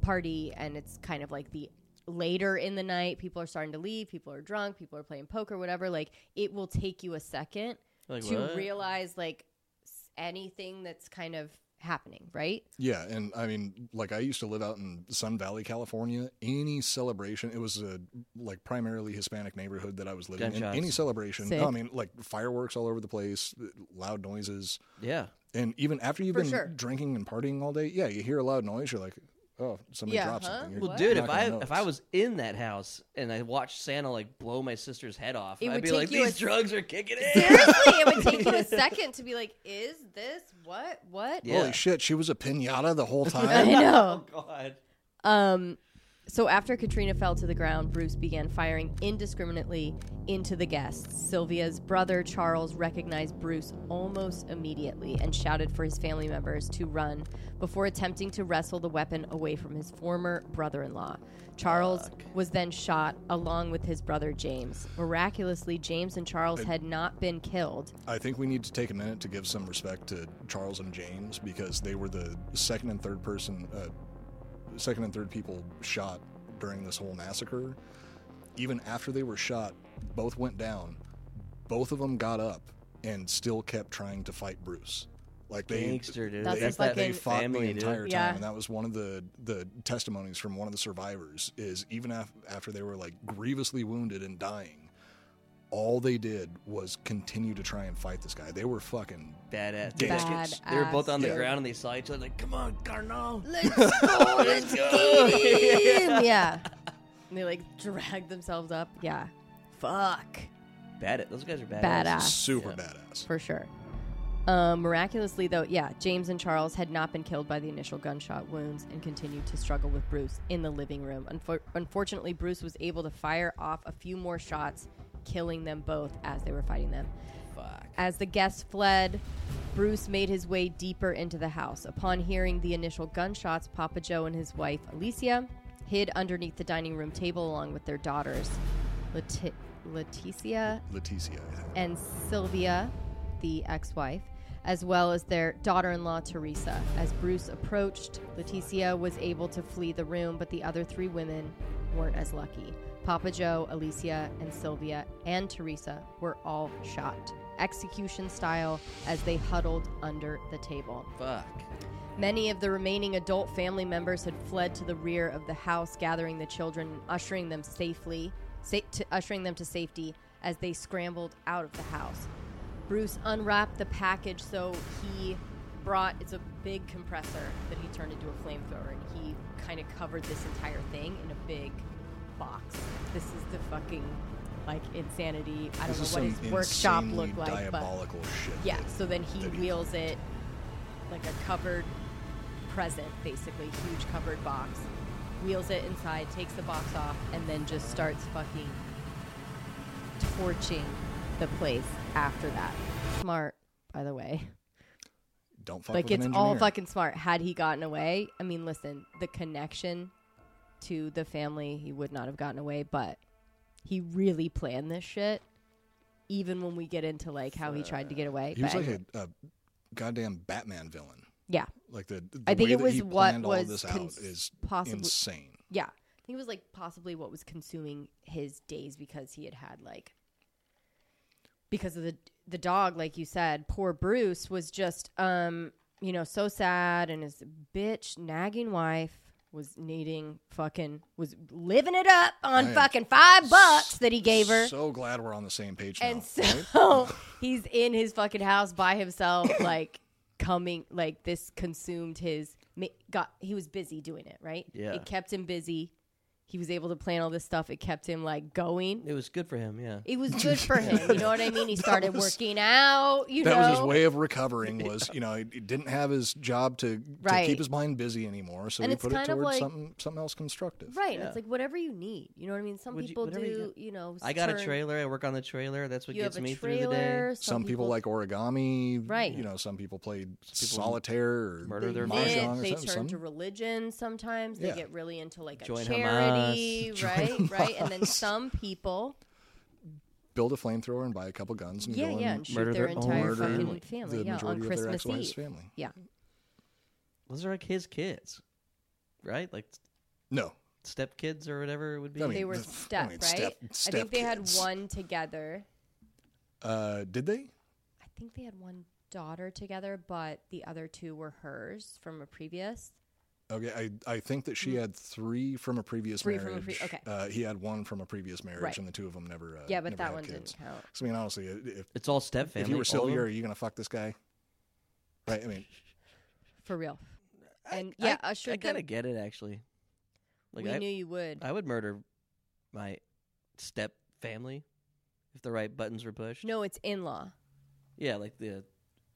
Speaker 2: party, and it's kind of like the later in the night, people are starting to leave, people are drunk, people are playing poker, whatever. Like, it will take you a second
Speaker 1: Like
Speaker 2: to
Speaker 1: what?
Speaker 2: realize, like, s- anything that's kind of happening, right?
Speaker 3: Yeah, and I mean, like I used to live out in Sun Valley, California. Any celebration, it was a like primarily Hispanic neighborhood that I was living
Speaker 1: Gunshots.
Speaker 3: in. Any celebration,
Speaker 2: Sick.
Speaker 3: I mean, like fireworks all over the place, loud noises,
Speaker 1: Yeah.
Speaker 3: and even after you've
Speaker 2: For
Speaker 3: been
Speaker 2: sure.
Speaker 3: drinking and partying all day, yeah, you hear a loud noise, you're like, oh, somebody
Speaker 2: Yeah,
Speaker 3: dropped
Speaker 2: huh?
Speaker 3: something. You're
Speaker 2: What?
Speaker 1: Well, dude,
Speaker 3: not
Speaker 1: if
Speaker 3: gonna
Speaker 1: I
Speaker 3: notice.
Speaker 1: if I was in that house and I watched Santa like blow my sister's head off,
Speaker 2: It
Speaker 1: I'd
Speaker 2: would
Speaker 1: be
Speaker 2: take
Speaker 1: like,
Speaker 2: you a-
Speaker 1: these drugs are kicking in.
Speaker 2: Seriously, it would take you a second to be like, is this what? What?
Speaker 1: Yeah. Oh,
Speaker 3: holy shit, she was a pinata the whole
Speaker 2: I
Speaker 3: time.
Speaker 2: know.
Speaker 1: God.
Speaker 2: Um, So after Katrina fell to the ground, Bruce began firing indiscriminately into the guests. Sylvia's brother Charles recognized Bruce almost immediately and shouted for his family members to run before attempting to wrestle the weapon away from his former brother-in-law. Charles was then shot along with his brother James. Miraculously, James and Charles had not been killed.
Speaker 3: I think we need to take a minute to give some respect to Charles and James because they were the second and third person, uh, second and third people shot during this whole massacre. Even after they were shot, both went down. Both of them got up and still kept trying to fight Bruce. Like they,
Speaker 1: Gangster, dude.
Speaker 2: That's
Speaker 3: they,
Speaker 2: a fucking-
Speaker 3: they fought
Speaker 1: family,
Speaker 3: the
Speaker 1: dude.
Speaker 3: entire time,
Speaker 2: Yeah.
Speaker 3: and that was one of the the testimonies from one of the survivors. Is even af- after they were like grievously wounded and dying, all they did was continue to try and fight this guy. They were fucking
Speaker 1: Badass.
Speaker 2: Badass.
Speaker 1: They were both on the
Speaker 3: Yeah.
Speaker 1: ground and they saw each other like, come on, Garnall.
Speaker 2: Let's go, let's get him. Yeah. And they like drag themselves up. Yeah. Fuck.
Speaker 1: Badass. Those guys are badass.
Speaker 2: Badass.
Speaker 3: super badass.
Speaker 2: For sure. Um, miraculously, though, yeah, James and Charles had not been killed by the initial gunshot wounds and continued to struggle with Bruce in the living room. Unfor- unfortunately, Bruce was able to fire off a few more shots, killing them both as they were fighting them. As the guests fled, Bruce made his way deeper into the house. Upon hearing the initial gunshots, Papa Joe and his wife, Alicia, hid underneath the dining room table along with their daughters, Leti- Leticia
Speaker 3: Leticia, I think.
Speaker 2: and Sylvia, the ex wife, as well as their daughter in law, Teresa. As Bruce approached, Leticia was able to flee the room, but the other three women weren't as lucky. Papa Joe, Alicia, and Sylvia, and Teresa were all shot, execution style, as they huddled under the table.
Speaker 1: Fuck.
Speaker 2: Many of the remaining adult family members had fled to the rear of the house, gathering the children and ushering them safely, sa- to, ushering them to safety as they scrambled out of the house. Bruce unwrapped the package, so he brought it's a big compressor that he turned into a flamethrower, and he kind of covered this entire thing in a big box. This is the fucking like insanity. I don't
Speaker 3: This is
Speaker 2: know
Speaker 3: some
Speaker 2: what his workshop
Speaker 3: insanely
Speaker 2: looked like, but
Speaker 3: diabolical shit.
Speaker 2: yeah,
Speaker 3: that-
Speaker 2: so then he
Speaker 3: that
Speaker 2: wheels it like a covered present, basically, huge covered box. Wheels it inside, takes the box off, and then just starts fucking torching the place after that. Smart, by the way.
Speaker 3: Don't fuck
Speaker 2: like
Speaker 3: with an
Speaker 2: it's all
Speaker 3: engineer.
Speaker 2: fucking smart. Had he gotten away, I mean, listen, the connection to the family, he would not have gotten away, but he really planned this shit. Even when we get into like how he tried to get away,
Speaker 3: He was
Speaker 2: But
Speaker 3: like a, a goddamn Batman villain.
Speaker 2: yeah,
Speaker 3: Like the, the
Speaker 2: I think
Speaker 3: way
Speaker 2: it
Speaker 3: that
Speaker 2: was
Speaker 3: he
Speaker 2: what
Speaker 3: planned all
Speaker 2: was
Speaker 3: this
Speaker 2: cons-
Speaker 3: out is
Speaker 2: possibly-
Speaker 3: insane.
Speaker 2: Yeah. I think it was like possibly what was consuming his days because he had had like because of the the dog like you said, poor Bruce was just um, you know, so sad and his bitch nagging wife was needing fucking was living it up on
Speaker 3: I am
Speaker 2: fucking 5 bucks that he gave her.
Speaker 3: So glad we're on the same page now.
Speaker 2: And
Speaker 3: right?
Speaker 2: so he's in his fucking house by himself, like coming, like this consumed his. ma- Got he was busy doing it, right?
Speaker 1: Yeah.
Speaker 2: It kept him busy. He was able to plan all this stuff. It kept him like going.
Speaker 1: It was good for him, yeah.
Speaker 2: It was good for him. You know what I mean? He started
Speaker 3: was-
Speaker 2: working out. You
Speaker 3: that
Speaker 2: know,
Speaker 3: was his way of recovering. Was you know he, he didn't have his job to, to
Speaker 2: Right.
Speaker 3: keep his mind busy anymore, so
Speaker 2: And
Speaker 3: he
Speaker 2: it's
Speaker 3: put it
Speaker 2: kind of
Speaker 3: towards
Speaker 2: like-
Speaker 3: something something else constructive.
Speaker 2: right? It's like whatever you need. You know what I mean? Some
Speaker 1: Would you-
Speaker 2: people
Speaker 1: whatever
Speaker 2: do.
Speaker 1: you
Speaker 2: You,
Speaker 1: got.
Speaker 2: know,
Speaker 1: I got a
Speaker 2: turn-
Speaker 1: trailer. I work on the trailer. That's what
Speaker 2: You
Speaker 1: gets
Speaker 2: have a
Speaker 1: me through the
Speaker 2: trailer.
Speaker 1: day.
Speaker 2: Some,
Speaker 3: Some, people, like origami.
Speaker 2: Right.
Speaker 3: You know, some people play solitaire or
Speaker 1: murder their
Speaker 2: knit,
Speaker 3: mahjong or
Speaker 2: they
Speaker 3: something.
Speaker 2: turn
Speaker 3: some-
Speaker 2: to religion sometimes they
Speaker 3: Yeah.
Speaker 2: get really into like a
Speaker 1: Join
Speaker 2: charity
Speaker 1: Hamas.
Speaker 2: right right and then some people
Speaker 3: build a flamethrower and buy a couple guns and
Speaker 2: yeah
Speaker 3: go
Speaker 2: yeah
Speaker 3: and
Speaker 2: and shoot
Speaker 1: murder
Speaker 2: their
Speaker 1: their own
Speaker 2: entire
Speaker 1: murder
Speaker 2: fucking
Speaker 1: family.
Speaker 2: family
Speaker 3: the
Speaker 2: yeah on
Speaker 3: majority of their
Speaker 2: christmas
Speaker 3: ex-wife's
Speaker 2: eve
Speaker 3: family.
Speaker 2: yeah
Speaker 1: Those are like his kids, right? Like
Speaker 3: No,
Speaker 1: step kids or whatever it would be.
Speaker 3: I mean,
Speaker 2: they were
Speaker 3: the- I
Speaker 2: step
Speaker 3: mean,
Speaker 2: right
Speaker 3: step-
Speaker 2: i think they had
Speaker 3: stepkids.
Speaker 2: one together
Speaker 3: Uh, did they?
Speaker 2: i think they had one daughter together but the other two were hers from a previous
Speaker 3: Okay, I, I think that she had three from a previous
Speaker 2: Mm-hmm. Three from a
Speaker 3: marriage.
Speaker 2: pre- okay.
Speaker 3: uh, he had one from a previous marriage,
Speaker 2: Right.
Speaker 3: and the two of them never. Uh,
Speaker 2: yeah but
Speaker 3: never
Speaker 2: that
Speaker 3: had
Speaker 2: one
Speaker 3: kids.
Speaker 2: didn't count
Speaker 3: 'Cause, I mean, honestly, if,
Speaker 1: it's all step family.
Speaker 3: if you
Speaker 1: all
Speaker 3: were
Speaker 1: of
Speaker 3: Sylvia,
Speaker 1: them.
Speaker 3: are you going to fuck this guy? Right. I mean,
Speaker 2: for real and yeah
Speaker 1: I,
Speaker 2: ushered
Speaker 1: I
Speaker 2: them-
Speaker 1: kind of get it actually. Like
Speaker 2: we
Speaker 1: I,
Speaker 2: knew you would
Speaker 1: I would murder my step family if the right buttons were pushed.
Speaker 2: no it's in-law
Speaker 1: Yeah, like the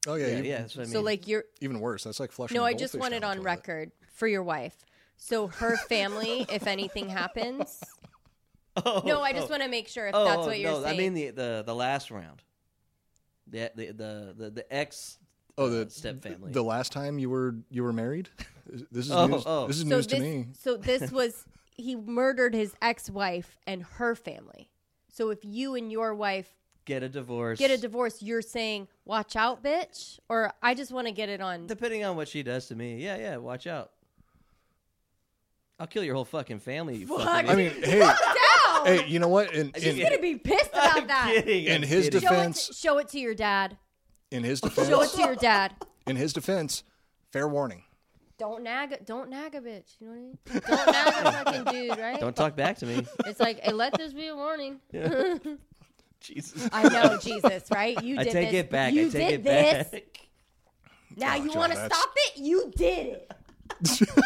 Speaker 3: oh yeah,
Speaker 1: yeah, yeah.
Speaker 3: even,
Speaker 1: that's what I mean.
Speaker 2: so like you're
Speaker 3: even worse. That's like flushing.
Speaker 2: No,
Speaker 3: a
Speaker 2: I just
Speaker 3: goldfish
Speaker 2: want
Speaker 3: down
Speaker 2: it
Speaker 3: the
Speaker 2: on
Speaker 3: toilet.
Speaker 2: record for your wife. So her family, if anything happens. no, I just want to make sure if
Speaker 1: Oh,
Speaker 2: that's
Speaker 1: oh,
Speaker 2: what you're
Speaker 1: no,
Speaker 2: saying.
Speaker 1: I mean the, the the last round. The the the the, the ex.
Speaker 3: Oh,
Speaker 1: uh,
Speaker 3: the
Speaker 1: step family.
Speaker 3: The last time you were you were married. This is
Speaker 1: Oh,
Speaker 3: news.
Speaker 1: oh.
Speaker 3: This is
Speaker 2: so
Speaker 3: news
Speaker 2: this,
Speaker 3: to me.
Speaker 2: so this was he murdered his ex-wife and her family. So if you and your wife
Speaker 1: get a divorce.
Speaker 2: get a divorce, you're saying "watch out, bitch," or I just want to get it on.
Speaker 1: Depending on what she does to me, yeah, yeah, watch out. I'll kill your whole fucking family. You fucking
Speaker 2: Fuck.
Speaker 3: I mean, hey,
Speaker 2: Down.
Speaker 3: hey, you know what? In,
Speaker 2: She's
Speaker 3: in,
Speaker 2: gonna be pissed about
Speaker 1: I'm
Speaker 2: that.
Speaker 1: kidding. I'm
Speaker 3: In his
Speaker 1: kidding.
Speaker 3: def-
Speaker 2: Show it, to,
Speaker 3: Defense.
Speaker 2: show it to your dad.
Speaker 3: in his
Speaker 2: Show it
Speaker 3: defense,
Speaker 2: to your dad.
Speaker 3: in his defense, fair warning.
Speaker 2: Don't nag. Don't nag a bitch. You know what I mean? Don't nag a fucking dude, right?
Speaker 1: Don't talk back to me.
Speaker 2: It's like, hey, let this be a warning.
Speaker 1: Jesus.
Speaker 2: I know, Jesus, right? You
Speaker 1: I
Speaker 2: did
Speaker 1: take
Speaker 2: this.
Speaker 1: it back.
Speaker 2: You
Speaker 1: I take
Speaker 2: did
Speaker 1: it
Speaker 2: this.
Speaker 1: back.
Speaker 2: Now you
Speaker 3: Joe,
Speaker 2: want to
Speaker 3: that's-
Speaker 2: stop it? You did it.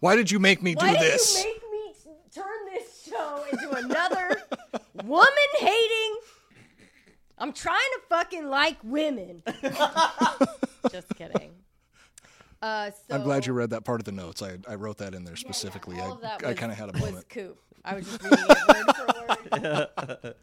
Speaker 3: Why did you make me
Speaker 2: Why
Speaker 3: do
Speaker 2: did
Speaker 3: this?
Speaker 2: you make me t- turn this show into another woman hating? I'm trying to fucking like women. Just kidding. Uh, so
Speaker 3: I'm glad you read that part of the notes. I, I wrote that in there specifically.
Speaker 2: All of that
Speaker 3: I, I
Speaker 2: was-
Speaker 3: kind of had a
Speaker 2: Was
Speaker 3: moment.
Speaker 2: coop. I was just reading it word for word.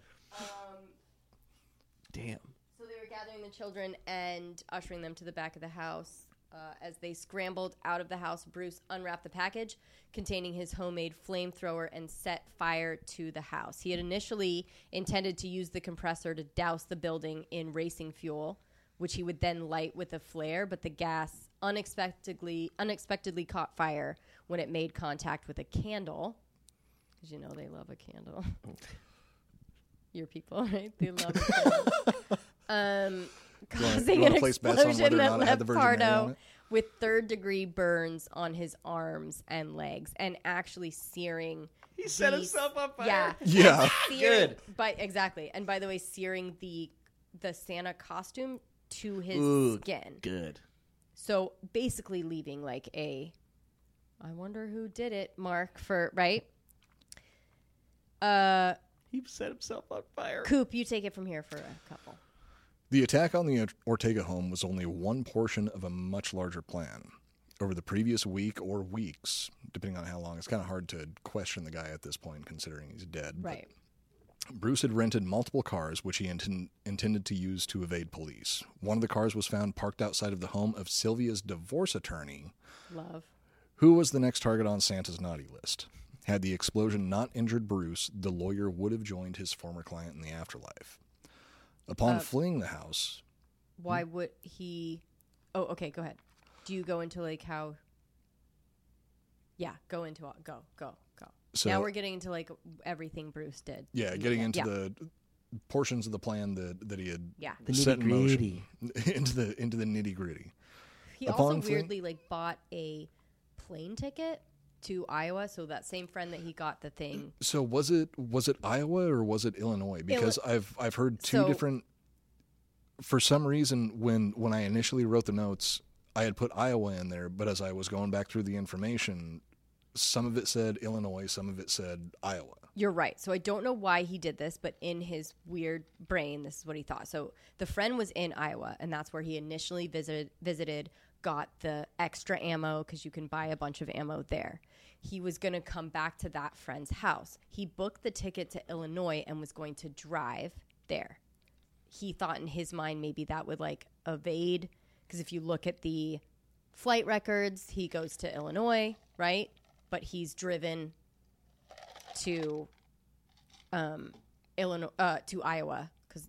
Speaker 1: Damn.
Speaker 2: So they were gathering the children and ushering them to the back of the house. Uh, as they scrambled out of the house, Bruce unwrapped the package containing his homemade flamethrower and set fire to the house. He had initially intended to use the compressor to douse the building in racing fuel, which he would then light with a flare, but the gas unexpectedly unexpectedly caught fire when it made contact with a candle. Because you know they love a candle. Your people, right? They love a candle um,
Speaker 3: wanna-
Speaker 2: causing
Speaker 3: you wanna
Speaker 2: an
Speaker 3: place bets on
Speaker 2: explosion
Speaker 3: whether or
Speaker 2: that
Speaker 3: not it had the
Speaker 2: left
Speaker 3: Virgin Mary on
Speaker 2: Pardo
Speaker 3: it?
Speaker 2: with third degree burns on his arms and legs and actually searing. He
Speaker 1: set himself on fire.
Speaker 2: Yeah.
Speaker 3: Yeah.
Speaker 2: Searing,
Speaker 1: Good.
Speaker 2: By, exactly. And by the way, searing the the Santa costume to his
Speaker 1: Ooh,
Speaker 2: skin.
Speaker 1: Good.
Speaker 2: So basically leaving like a I wonder who did it mark for right? Uh
Speaker 1: He set himself on fire.
Speaker 2: Coop, you take it from here for a couple.
Speaker 3: The attack on the Ortega home was only one portion of a much larger plan. Over the previous week or weeks, depending on how long, it's kind of hard to question the guy at this point considering he's dead. but
Speaker 2: Right.
Speaker 3: Bruce had rented multiple cars, which he inten- intended to use to evade police. One of the cars was found parked outside of the home of Sylvia's divorce attorney,
Speaker 2: Love.
Speaker 3: who was the next target on Santa's naughty list. Had the explosion not injured Bruce, the lawyer would have joined his former client in the afterlife.
Speaker 2: Uh,
Speaker 3: Upon fleeing the house,
Speaker 2: why
Speaker 3: Hmm?
Speaker 2: would he oh okay go ahead do you go into like how yeah go into all go go go
Speaker 3: So-
Speaker 2: now we're getting into like everything bruce did
Speaker 3: yeah, getting into
Speaker 2: Yeah.
Speaker 3: the portions of the plan that, that he had
Speaker 2: Yeah.
Speaker 3: set in motion into the into the nitty gritty.
Speaker 2: he
Speaker 3: upon
Speaker 2: also
Speaker 3: fleeing-
Speaker 2: weirdly like bought a plane ticket to iowa so that same friend that he got the thing
Speaker 3: So was it was it Iowa or was it Illinois? Because I've I've heard two
Speaker 2: So-
Speaker 3: different. For some reason, when when I initially wrote the notes, I had put Iowa in there, but as I was going back through the information, some of it said Illinois, some of it said Iowa.
Speaker 2: You're right. So I don't know why he did this, but in his weird brain, this is what he thought. So the friend was in Iowa, and that's where he initially visited. Visited, got the extra ammo because you can buy a bunch of ammo there. He was going to come back to that friend's house. He booked the ticket to Illinois and was going to drive there. He thought in his mind maybe that would like evade because if you look at the flight records, he goes to Illinois, right? But he's driven to um, Illinois uh, to Iowa because,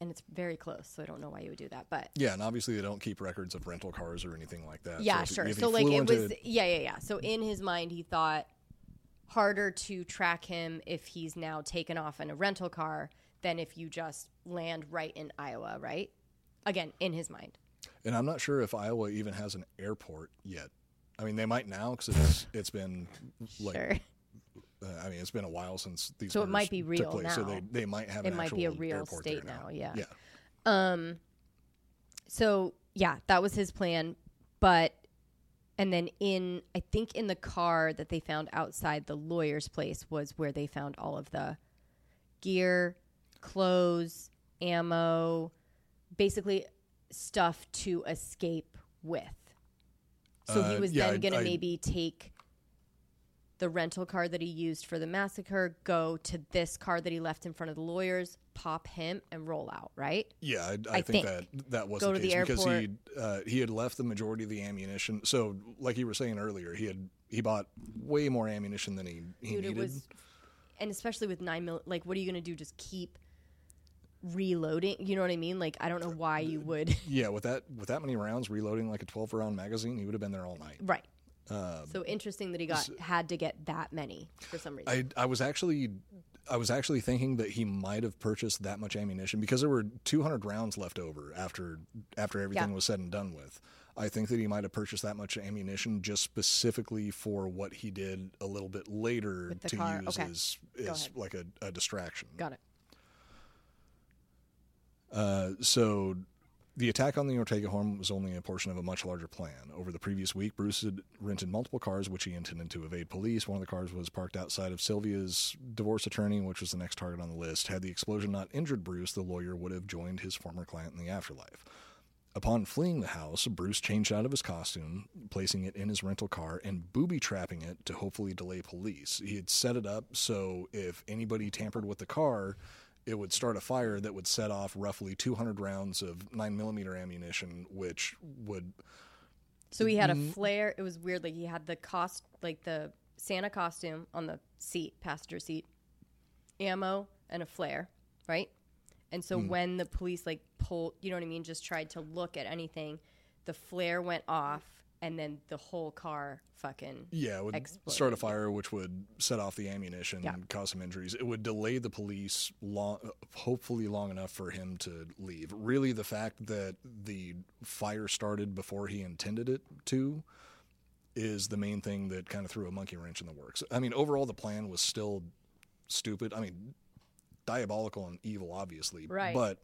Speaker 2: and it's very close, so I don't know why you would do that, but
Speaker 3: Yeah, and obviously they don't keep records of rental cars or anything like that.
Speaker 2: yeah,
Speaker 3: if-
Speaker 2: sure.
Speaker 3: Uh, if he
Speaker 2: So like
Speaker 3: flew
Speaker 2: it
Speaker 3: into-
Speaker 2: was yeah, yeah, yeah. So in his mind, he thought harder to track him if he's now taken off in a rental car than if you just land right in Iowa, right? Again, in his mind.
Speaker 3: and I'm not sure if Iowa even has an airport yet. I mean, they might now because it's it's been like
Speaker 2: Sure.
Speaker 3: uh, I mean, it's been a while since these.
Speaker 2: So it
Speaker 3: murders
Speaker 2: might be
Speaker 3: took
Speaker 2: real
Speaker 3: place, So
Speaker 2: now.
Speaker 3: they, they might have.
Speaker 2: It
Speaker 3: an
Speaker 2: might be a
Speaker 3: actual
Speaker 2: real
Speaker 3: airport there
Speaker 2: state now, yeah.
Speaker 3: Yeah.
Speaker 2: Um so yeah, that was his plan, but and then in I think in the car that they found outside the lawyer's place was where they found all of the gear, clothes, ammo, basically stuff to escape with. So he
Speaker 3: Uh,
Speaker 2: was
Speaker 3: yeah, I-
Speaker 2: then going
Speaker 3: I-
Speaker 2: to maybe take the rental car that he used for the massacre, go to this car that he left in front of the lawyers, pop him, and roll out, right?
Speaker 3: Yeah, I, I,
Speaker 2: I think.
Speaker 3: think, that that was
Speaker 2: Go
Speaker 3: the
Speaker 2: to the
Speaker 3: case because he uh, he had left the majority of the ammunition. So, like you were saying earlier, he had he bought way more ammunition than he, he
Speaker 2: Dude, it
Speaker 3: needed.
Speaker 2: was, and especially with nine mil, like, what are you going to do? Just keep reloading? You know what I mean? Like, I don't know why
Speaker 3: Uh,
Speaker 2: you would.
Speaker 3: Yeah, with that with that many rounds reloading like a twelve round magazine, he would have been there all night.
Speaker 2: right.
Speaker 3: um,
Speaker 2: so interesting that he got had to get that many for some reason.
Speaker 3: I I was actually I was actually thinking that he might have purchased that much ammunition because there were 200 rounds left over after after everything
Speaker 2: Yeah.
Speaker 3: was said and done with. I think that he might have purchased that much ammunition just specifically for what he did a little bit later
Speaker 2: With the
Speaker 3: to
Speaker 2: car.
Speaker 3: use
Speaker 2: Okay.
Speaker 3: as, as
Speaker 2: ahead.
Speaker 3: like a, a distraction.
Speaker 2: got it.
Speaker 3: Uh, so the attack on the Ortega home was only a portion of a much larger plan. Over the previous week, Bruce had rented multiple cars, which he intended to evade police. One of the cars was parked outside of Sylvia's divorce attorney, which was the next target on the list. Had the explosion not injured Bruce, the lawyer would have joined his former client in the afterlife. Upon fleeing the house, Bruce changed out of his costume, placing it in his rental car and booby trapping it to hopefully delay police. He had set it up so if anybody tampered with the car, it would start a fire that would set off roughly 200 rounds of 9mm ammunition, which would.
Speaker 2: So he had a flare. It was weird. Like he had the cost, like the Santa costume on the seat, passenger seat, ammo and a flare, right? And so when the police like pulled, you know what I mean, just tried to look at anything, the flare went off, and then the whole car fucking
Speaker 3: Yeah, it would
Speaker 2: Explode.
Speaker 3: start a fire, which would set off the ammunition,
Speaker 2: Yeah.
Speaker 3: cause some injuries. It would delay the police long, hopefully long enough for him to leave. Really, the fact that the fire started before he intended it to is the main thing that kind of threw a monkey wrench in the works. I mean, overall, the plan was still stupid. I mean, diabolical and evil, obviously.
Speaker 2: Right.
Speaker 3: But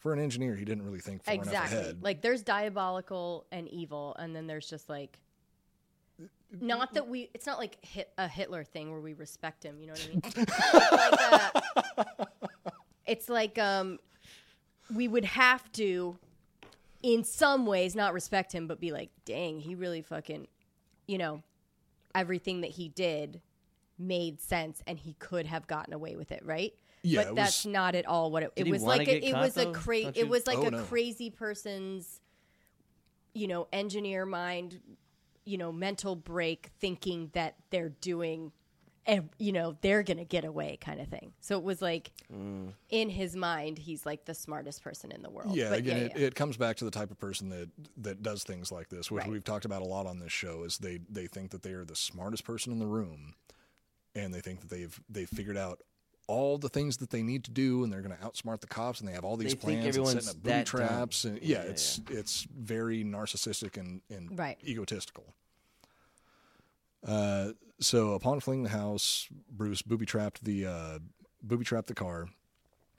Speaker 3: for an engineer, he didn't really think far enough
Speaker 2: exactly.
Speaker 3: ahead.
Speaker 2: Like there's diabolical and evil, and then there's just like. Not that we, it's not like hit, a Hitler thing where we respect him. You know what I mean? It's like, uh, it's like um, we would have to, in some ways, not respect him, but be like, dang, he really fucking, you know, everything that he did made sense, and he could have gotten away with it, right?
Speaker 3: Yeah,
Speaker 2: but
Speaker 3: it
Speaker 2: that's
Speaker 3: was-
Speaker 2: not at all what it. It
Speaker 1: he
Speaker 2: was
Speaker 1: wanna
Speaker 2: like a,
Speaker 1: get
Speaker 2: it
Speaker 1: caught,
Speaker 2: was a
Speaker 1: though?
Speaker 2: cra-
Speaker 1: Don't
Speaker 2: It
Speaker 1: you-
Speaker 2: was like
Speaker 3: Oh,
Speaker 2: a
Speaker 3: no.
Speaker 2: crazy person's, you know, engineer mind, you know, mental break, thinking that they're doing, ev- you know, they're gonna get away kind of thing. So it was like, in his mind, he's like the smartest person in the world.
Speaker 3: Mm. Yeah,
Speaker 2: but
Speaker 3: again,
Speaker 2: yeah,
Speaker 3: It,
Speaker 2: yeah.
Speaker 3: it comes back to the type of person that that does things like this, which
Speaker 2: Right.
Speaker 3: we've talked about a lot on this show. Is they they think that they are the smartest person in the room, and they think that they've they've figured out all the things that they need to do, and they're going to outsmart the cops, and they have all these
Speaker 1: They think
Speaker 3: plans and
Speaker 1: everyone's
Speaker 3: setting up booby
Speaker 1: that dumb.
Speaker 3: traps, and yeah, it's it's very narcissistic and and
Speaker 2: Right.
Speaker 3: egotistical. Uh, so upon fleeing the house, Bruce booby trapped the uh, booby trapped the car.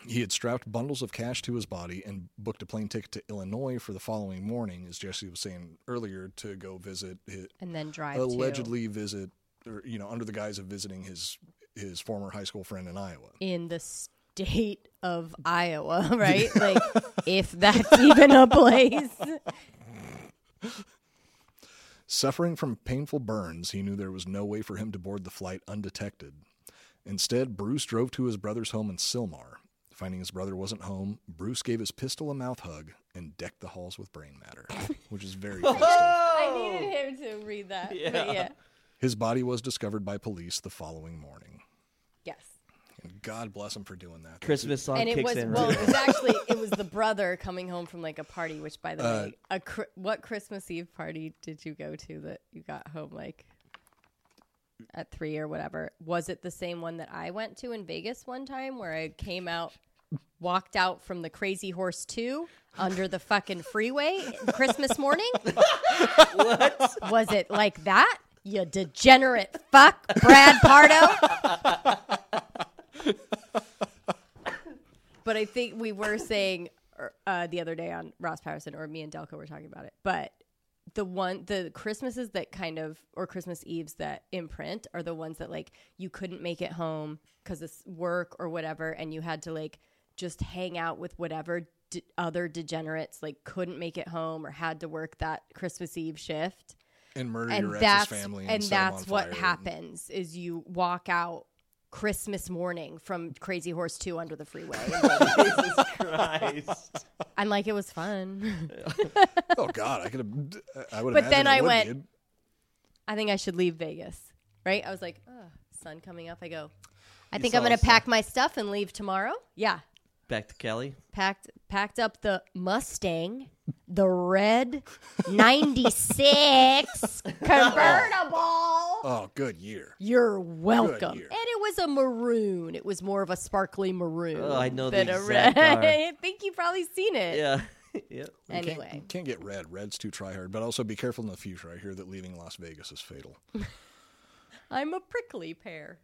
Speaker 3: He had strapped bundles of cash to his body and booked a plane ticket to Illinois for the following morning, as Jesse was saying earlier, to go visit his,
Speaker 2: and then drive to-
Speaker 3: allegedly visit, or you know, under the guise of visiting his his former high school friend in Iowa.
Speaker 2: in the state of Iowa, right? like, if that's even a place.
Speaker 3: Suffering from painful burns, he knew there was no way for him to board the flight undetected. Instead, Bruce drove to his brother's home in Silmar. Finding his brother wasn't home, Bruce gave his pistol a mouth hug and decked the halls with brain matter, which is very fun stuff.
Speaker 2: I
Speaker 3: Oh.
Speaker 2: needed him to read that. Yeah. But yeah.
Speaker 3: His body was discovered by police the following morning.
Speaker 2: Yes.
Speaker 3: And God bless him for doing that.
Speaker 1: Christmas song
Speaker 2: and it
Speaker 1: kicks
Speaker 2: was
Speaker 1: in.
Speaker 2: well,
Speaker 1: right
Speaker 2: it was actually it was the brother coming home from like a party. Which, by the
Speaker 1: Uh,
Speaker 2: way, a cr- what Christmas Eve party did you go to that you got home like at three or whatever? Was it the same one that I went to in Vegas one time where I came out? Walked out from the Crazy Horse 2 under the fucking freeway Christmas morning? what? Was it like that? You degenerate fuck, Brad Pardo. But I think we were saying er, uh, the other day on Ross Patterson, or me and Delco were talking about it. But the one, the Christmases that kind of, or Christmas Eves that imprint are the ones that like you couldn't make it home because it's work or whatever, and you had to like just hang out with whatever d- other degenerates like couldn't make it home or had to work that Christmas Eve shift.
Speaker 3: and murder
Speaker 2: and
Speaker 3: your ex's
Speaker 2: that's
Speaker 3: family,
Speaker 2: and
Speaker 3: set 'em
Speaker 2: that's
Speaker 3: on
Speaker 2: what
Speaker 3: fire.
Speaker 2: happens is you walk out Christmas morning from Crazy Horse Two under the freeway. And
Speaker 1: Jesus Christ.
Speaker 2: I'm like, it was fun.
Speaker 3: Oh God, I could have. I would.
Speaker 2: But then
Speaker 3: imagine
Speaker 2: I
Speaker 3: would
Speaker 2: went-
Speaker 3: be.
Speaker 2: I think I should leave Vegas. Right? I was like, oh, sun coming up. I go. I
Speaker 1: You
Speaker 2: think I'm
Speaker 1: saw
Speaker 2: gonna
Speaker 1: us, uh,
Speaker 2: pack my stuff and leave tomorrow. Yeah,
Speaker 1: Back to Kelly.
Speaker 2: packed packed up the Mustang, the red '96 convertible.
Speaker 3: Oh, good year.
Speaker 2: You're welcome. And
Speaker 3: year.
Speaker 2: it was a maroon. It was more of a sparkly maroon.
Speaker 1: Oh, I know the
Speaker 2: than a
Speaker 1: exact
Speaker 2: red.
Speaker 1: car.
Speaker 2: I think you've probably seen it.
Speaker 1: Yeah. yeah.
Speaker 3: You can't- you
Speaker 2: Anyway,
Speaker 3: can't, get red. Red's too tryhard. But also be careful in the future. I hear that leaving Las Vegas is fatal.
Speaker 2: I'm a prickly pear.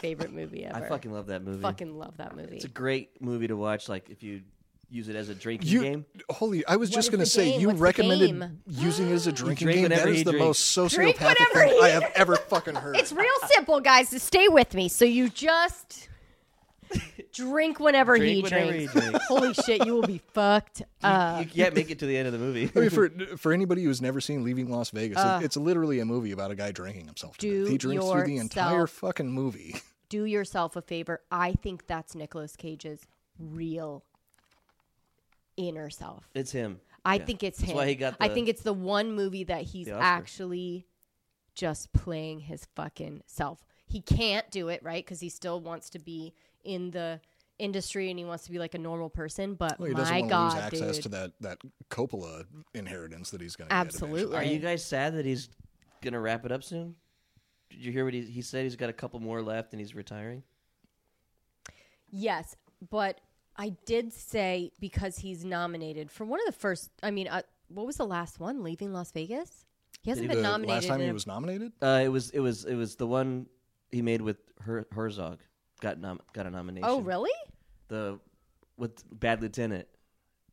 Speaker 2: Favorite movie ever.
Speaker 1: I fucking love that movie.
Speaker 2: Fucking love that movie.
Speaker 1: It's a great movie to watch. Like if you use it as a drinking
Speaker 3: You
Speaker 1: game.
Speaker 3: holy! I was
Speaker 2: What
Speaker 3: just
Speaker 2: is
Speaker 3: gonna
Speaker 2: the
Speaker 3: say
Speaker 2: game?
Speaker 3: you
Speaker 2: What's the
Speaker 3: recommended
Speaker 2: game?
Speaker 3: using it as a drinking
Speaker 1: Drink
Speaker 3: game. That
Speaker 1: whatever
Speaker 3: is
Speaker 1: you
Speaker 3: the
Speaker 1: drink.
Speaker 3: most
Speaker 2: Drink
Speaker 3: sociopathic
Speaker 2: whatever
Speaker 3: thing
Speaker 2: you-
Speaker 3: I have ever fucking heard.
Speaker 2: It's real simple, guys. To stay with me, so you just drink whenever
Speaker 1: Drink
Speaker 2: he
Speaker 1: whenever
Speaker 2: drinks.
Speaker 1: he drinks.
Speaker 2: Holy shit, you will be fucked up.
Speaker 1: you can't make it to the end of the movie.
Speaker 3: I mean, for for anybody who's never seen Leaving Las Vegas, it- it's literally a movie about a guy drinking himself. to
Speaker 2: Do
Speaker 3: death. He drinks through the
Speaker 2: yourself-
Speaker 3: entire fucking movie.
Speaker 2: Do yourself a favor. I think that's Nicolas Cage's real inner self.
Speaker 1: It's him.
Speaker 2: I
Speaker 1: Yeah.
Speaker 2: think it's
Speaker 1: That's
Speaker 2: him.
Speaker 1: why he got
Speaker 2: I
Speaker 1: the-
Speaker 2: think it's the one movie that he's
Speaker 1: the Oscar.
Speaker 2: actually just playing his fucking self. He can't do it, right? Because he still wants to be in the industry and he wants to be like a normal person. But
Speaker 3: Well, he doesn't
Speaker 2: my
Speaker 3: want
Speaker 2: God,
Speaker 3: to lose access
Speaker 2: dude.
Speaker 3: to that that Coppola inheritance that he's going to
Speaker 2: Absolutely.
Speaker 1: Are you guys sad that he's gonna wrap it up soon? Did you hear what he he said? He's got a couple more left and he's retiring.
Speaker 2: Yes, but I did say because he's nominated for one of the first. I mean, uh, what was the last one? Leaving Las Vegas. He hasn't been nominated.
Speaker 3: last time
Speaker 2: in
Speaker 3: he
Speaker 2: a-
Speaker 3: was nominated.
Speaker 1: Uh, it was it was it was the one he made with Her- Herzog got nom- got a nomination.
Speaker 2: oh, really?
Speaker 1: The with Bad Lieutenant.